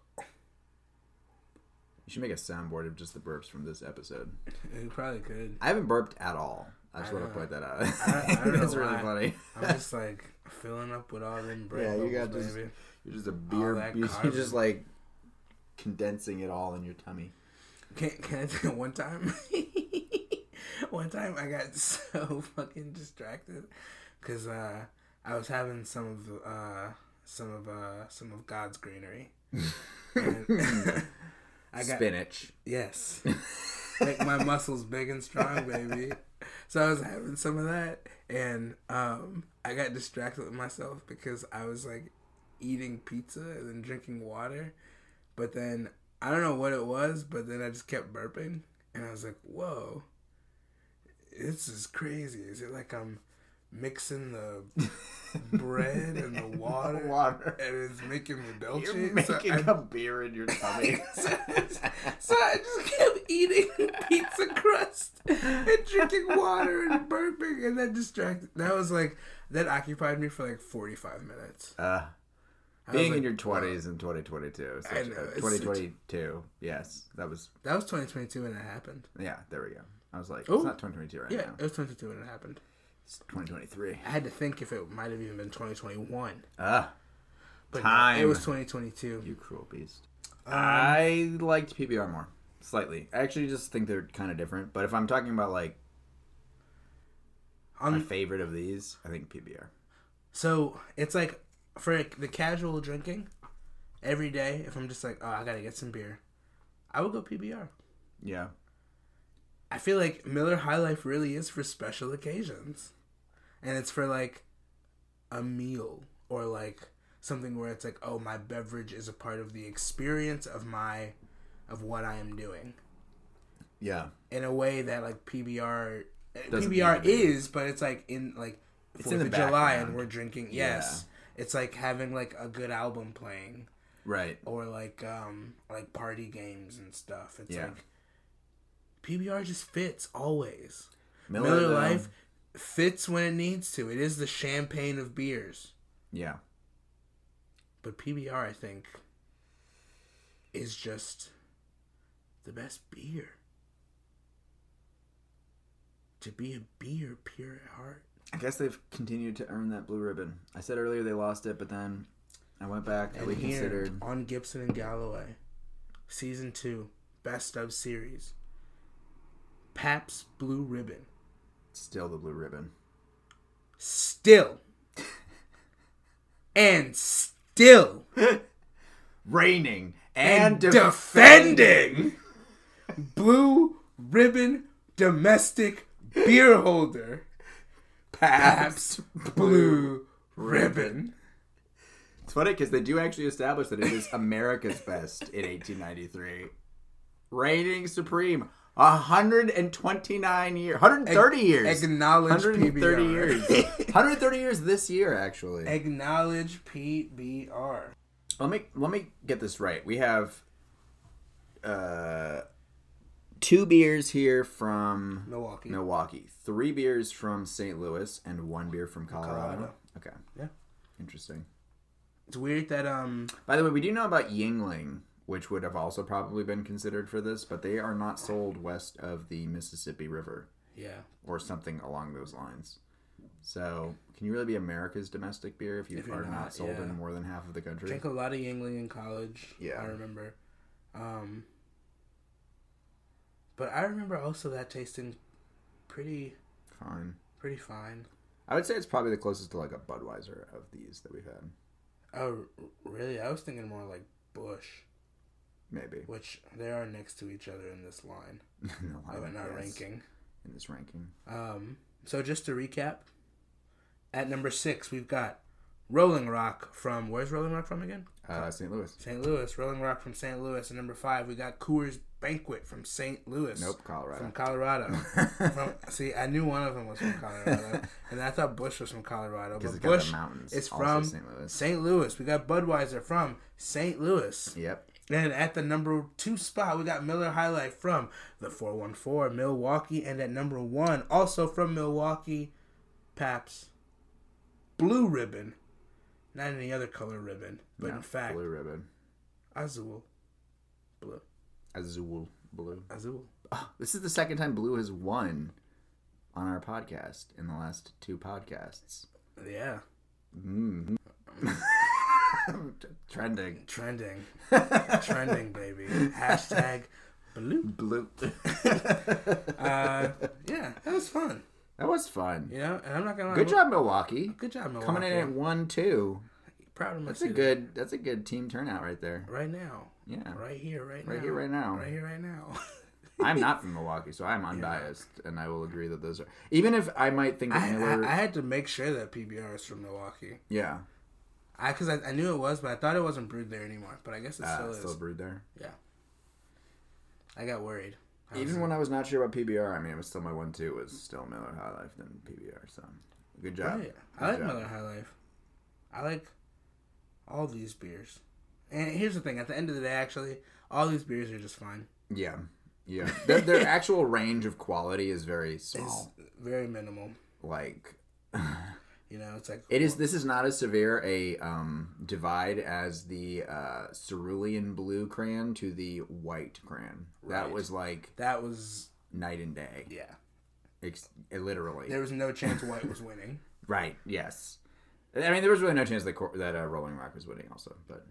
Speaker 3: You should make a soundboard of just the burps from this episode.
Speaker 2: You probably could.
Speaker 3: I haven't burped at all. I just
Speaker 2: I
Speaker 3: want to
Speaker 2: know.
Speaker 3: point that out. (laughs)
Speaker 2: I don't know
Speaker 3: That's really
Speaker 2: why.
Speaker 3: funny.
Speaker 2: I'm just like filling up with all them bread
Speaker 3: Yeah,
Speaker 2: bubbles,
Speaker 3: you got this-
Speaker 2: baby.
Speaker 3: You're just a beer.
Speaker 2: that
Speaker 3: You're
Speaker 2: carbon.
Speaker 3: just like condensing it all in your tummy.
Speaker 2: Can, can I tell you one time? (laughs) one time I got (laughs) so fucking distracted because uh, I was having some of uh, some of uh, some of God's
Speaker 3: (laughs)
Speaker 2: greenery. And (laughs) I got
Speaker 3: Spinach.
Speaker 2: yes, make my muscles big and strong, baby. So I was having some of that, and um, I got distracted with myself because I was like eating pizza and then drinking water, but then I don't know what it was, but then I just kept burping, and I was like, "Whoa, this is crazy! Is it like I'm
Speaker 3: (laughs)
Speaker 2: mixing the bread and the (laughs) water,
Speaker 3: Water.
Speaker 2: and it's making me belch
Speaker 3: You're
Speaker 2: it?" So
Speaker 3: making
Speaker 2: (laughs) I-
Speaker 3: a beer in your tummy.
Speaker 2: so I just kept eating (laughs) pizza crust and drinking water and burping, and that distracted. That was like that occupied me for like forty five minutes.
Speaker 3: (laughs) uh,
Speaker 2: I was
Speaker 3: being
Speaker 2: like, uh,
Speaker 3: in your twenties in 2022, such,
Speaker 2: I know,
Speaker 3: uh,
Speaker 2: it's such-
Speaker 3: 2022. Yes, that was
Speaker 2: That was twenty twenty two when it happened.
Speaker 3: yeah. There we go. I was like,
Speaker 2: Ooh.
Speaker 3: it's not 2022 right
Speaker 2: Yeah,
Speaker 3: now.
Speaker 2: it was twenty two when it happened.
Speaker 3: It's 2023.
Speaker 2: I had to think if it might have even been twenty twenty one,
Speaker 3: Ah,
Speaker 2: but no,
Speaker 3: Time.
Speaker 2: it was twenty twenty two. Um,
Speaker 3: you cruel beast. I liked PBR more. Slightly. I actually just think they're kind of different. But if I'm talking about like my
Speaker 2: On,
Speaker 3: favorite of these, I think PBR.
Speaker 2: Um, so it's like for like, the casual drinking every day. If I'm just like, oh, I gotta get some beer, I would go PBR.
Speaker 3: Yeah.
Speaker 2: I feel like Miller High Life really is for special occasions. And it's for like a meal or like something where it's like, oh, my beverage is a part of the experience of my of what I am doing.
Speaker 3: Yeah.
Speaker 2: In a way that like PBR eh,
Speaker 3: Doesn't
Speaker 2: PBR
Speaker 3: need to be.
Speaker 2: is, but it's like in like
Speaker 3: It's in
Speaker 2: Fourth
Speaker 3: the
Speaker 2: of July and
Speaker 3: background.
Speaker 2: we're drinking yes. It's like having like a good album playing
Speaker 3: Right.
Speaker 2: or like um like party games and stuff. It's
Speaker 3: Yeah.
Speaker 2: like PBR just fits always.
Speaker 3: Miller,
Speaker 2: Miller
Speaker 3: though-
Speaker 2: Life fits when it needs to. It is the champagne of beers.
Speaker 3: Yeah.
Speaker 2: But PBR, I think, is just the best beer. To be a beer pure at heart.
Speaker 3: I guess they've continued to earn that blue ribbon. I said earlier they lost it, but then I went back and
Speaker 2: And here
Speaker 3: reconsidered.
Speaker 2: on Gibson and Galloway, season two, best of series. Paps Blue Ribbon.
Speaker 3: Still the blue ribbon. (laughs)
Speaker 2: Still. and still.
Speaker 3: Reigning
Speaker 2: and defending blue ribbon domestic beer holder Pabst blue ribbon
Speaker 3: It's funny because they do actually establish that it is America's (laughs) best in 1893, reigning supreme. 129 years, 130 years,
Speaker 2: acknowledge
Speaker 3: 130
Speaker 2: PBR.
Speaker 3: years,
Speaker 2: (laughs)
Speaker 3: 130 years this year actually.
Speaker 2: acknowledge pbr
Speaker 3: let me let me get this right. We have uh two beers here from
Speaker 2: Milwaukee.
Speaker 3: Milwaukee, three beers from St. Louis, and one beer from Colorado.
Speaker 2: Colorado.
Speaker 3: Okay,
Speaker 2: yeah
Speaker 3: interesting.
Speaker 2: it's weird that um
Speaker 3: By the way, we do know about Yingling, which would have also probably been considered for this, but they are not sold west of the Mississippi River
Speaker 2: yeah
Speaker 3: or something along those lines. So, can you really be America's domestic beer if you
Speaker 2: If you're
Speaker 3: are not,
Speaker 2: not,
Speaker 3: sold
Speaker 2: yeah.
Speaker 3: in more than half of the country?
Speaker 2: drank a lot of yingling in college
Speaker 3: Yeah.
Speaker 2: i remember um but i remember also that tasting pretty
Speaker 3: Fine.
Speaker 2: pretty fine
Speaker 3: I would say it's probably the closest to like a Budweiser of these that we've had.
Speaker 2: oh r- really i was thinking more like bush
Speaker 3: Maybe. (laughs)
Speaker 2: which they are next to each other in this line
Speaker 3: no, I
Speaker 2: of in our
Speaker 3: guess,
Speaker 2: ranking.
Speaker 3: In this ranking.
Speaker 2: Um, so just to recap, at number six we've got Rolling Rock from where's Rolling Rock from again?
Speaker 3: Uh, St. Louis.
Speaker 2: St. Louis. Rolling Rock from St. Louis. And number five we got Coors Banquet from St. Louis.
Speaker 3: Nope, Colorado.
Speaker 2: From
Speaker 3: (laughs)
Speaker 2: Colorado. from, see, I knew one of them was from Colorado, and I thought Bush was from Colorado, but
Speaker 3: it's got the
Speaker 2: Bush
Speaker 3: mountains,
Speaker 2: is
Speaker 3: also
Speaker 2: from
Speaker 3: St. Louis.
Speaker 2: St. Louis. We got Budweiser from St. Louis.
Speaker 3: yep.
Speaker 2: And at the number two spot, we got Miller High Life from the 414 Milwaukee. And at number one, also from Milwaukee, Paps Blue Ribbon. Not any other color ribbon, but
Speaker 3: Yeah,
Speaker 2: in fact,
Speaker 3: Blue ribbon.
Speaker 2: Azul. Blue.
Speaker 3: Azul. Blue.
Speaker 2: Azul.
Speaker 3: Oh, this is the second time blue has won on our podcast in the last two podcasts.
Speaker 2: Yeah. (laughs)
Speaker 3: Mm. (laughs) Trending.
Speaker 2: Trending.
Speaker 3: (laughs)
Speaker 2: Trending, baby. Hashtag blue. (laughs)
Speaker 3: Blue.
Speaker 2: Uh, yeah, that was fun.
Speaker 3: that was fun.
Speaker 2: You know, and I'm not going to
Speaker 3: Good job, Milwaukee.
Speaker 2: Good job, Milwaukee.
Speaker 3: Coming in at one two.
Speaker 2: Proud of
Speaker 3: That's a
Speaker 2: myself.
Speaker 3: good. That's a good team turnout right there.
Speaker 2: Right now.
Speaker 3: Yeah.
Speaker 2: Right here, right,
Speaker 3: Right
Speaker 2: now.
Speaker 3: here, right now.
Speaker 2: Right here, right now. (laughs)
Speaker 3: I'm not from Milwaukee, so I'm unbiased, and I will agree that those are. Even if I might think that
Speaker 2: I,
Speaker 3: Miller,
Speaker 2: I, I had to make sure that PBR is from Milwaukee.
Speaker 3: yeah,
Speaker 2: I because I, I knew it was, but I thought it wasn't brewed there anymore. But I guess it
Speaker 3: uh,
Speaker 2: still
Speaker 3: still,
Speaker 2: is.
Speaker 3: brewed there.
Speaker 2: Yeah. I got worried. I was
Speaker 3: Even
Speaker 2: like,
Speaker 3: when I was not sure about PBR, I mean, it was still my one two was still Miller High Life than PBR. So good job.
Speaker 2: right. I like
Speaker 3: Good job.
Speaker 2: Miller High Life. I like all these beers. And here's the thing: at the end of the day, actually, all these beers are just fine.
Speaker 3: Yeah, yeah.
Speaker 2: (laughs)
Speaker 3: their, their actual range of quality is very
Speaker 2: It's
Speaker 3: small.
Speaker 2: very minimal.
Speaker 3: Like
Speaker 2: You know, it's like
Speaker 3: it is. This is not as severe a um, divide as the uh, cerulean blue crayon to the white crayon. That
Speaker 2: Right.
Speaker 3: was like
Speaker 2: that was
Speaker 3: night and day.
Speaker 2: yeah.
Speaker 3: Ex- literally.
Speaker 2: There was no chance White
Speaker 3: (laughs)
Speaker 2: was winning.
Speaker 3: Right. Yes. I mean, there was really no chance that Cor- that uh, Rolling Rock was winning, also. But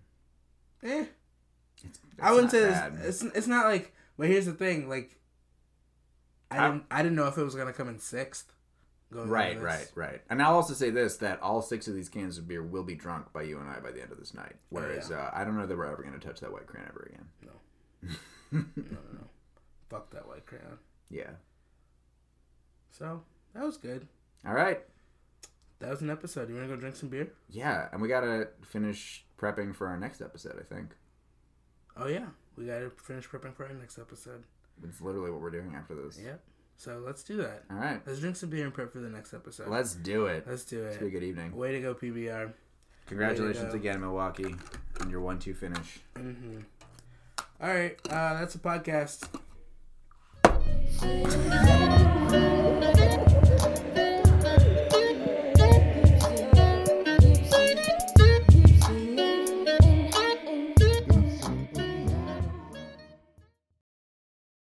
Speaker 2: Eh.
Speaker 3: it's,
Speaker 2: I wouldn't
Speaker 3: not
Speaker 2: say
Speaker 3: bad.
Speaker 2: it's, it's it's not like But here's the thing, like, I
Speaker 3: I-
Speaker 2: didn't, I didn't know if it was gonna come in sixth. Going into
Speaker 3: Right,
Speaker 2: this.
Speaker 3: right, right. And I'll also say this that all six of these cans of beer will be drunk by you and I by the end of this night. Whereas uh, I don't know that we're ever going to touch that white crayon ever again. (laughs)
Speaker 2: No, no, no. Fuck that white crayon.
Speaker 3: Yeah.
Speaker 2: So that was good.
Speaker 3: All right.
Speaker 2: That was an episode. You wanna go drink some beer?
Speaker 3: Yeah. And we got to finish prepping for our next episode, I think.
Speaker 2: Oh yeah, we gotta finish prepping for our next episode.
Speaker 3: It's literally what we're doing after this.
Speaker 2: Yep. So let's do that.
Speaker 3: All right.
Speaker 2: Let's drink some beer and prep for the next episode.
Speaker 3: Let's do it.
Speaker 2: Let's do
Speaker 3: It's been a
Speaker 2: it.
Speaker 3: good evening.
Speaker 2: Way to go, PBR.
Speaker 3: Congratulations
Speaker 2: go.
Speaker 3: again, Milwaukee, on your one-two finish.
Speaker 2: All right, uh, that's a podcast.
Speaker 4: Thank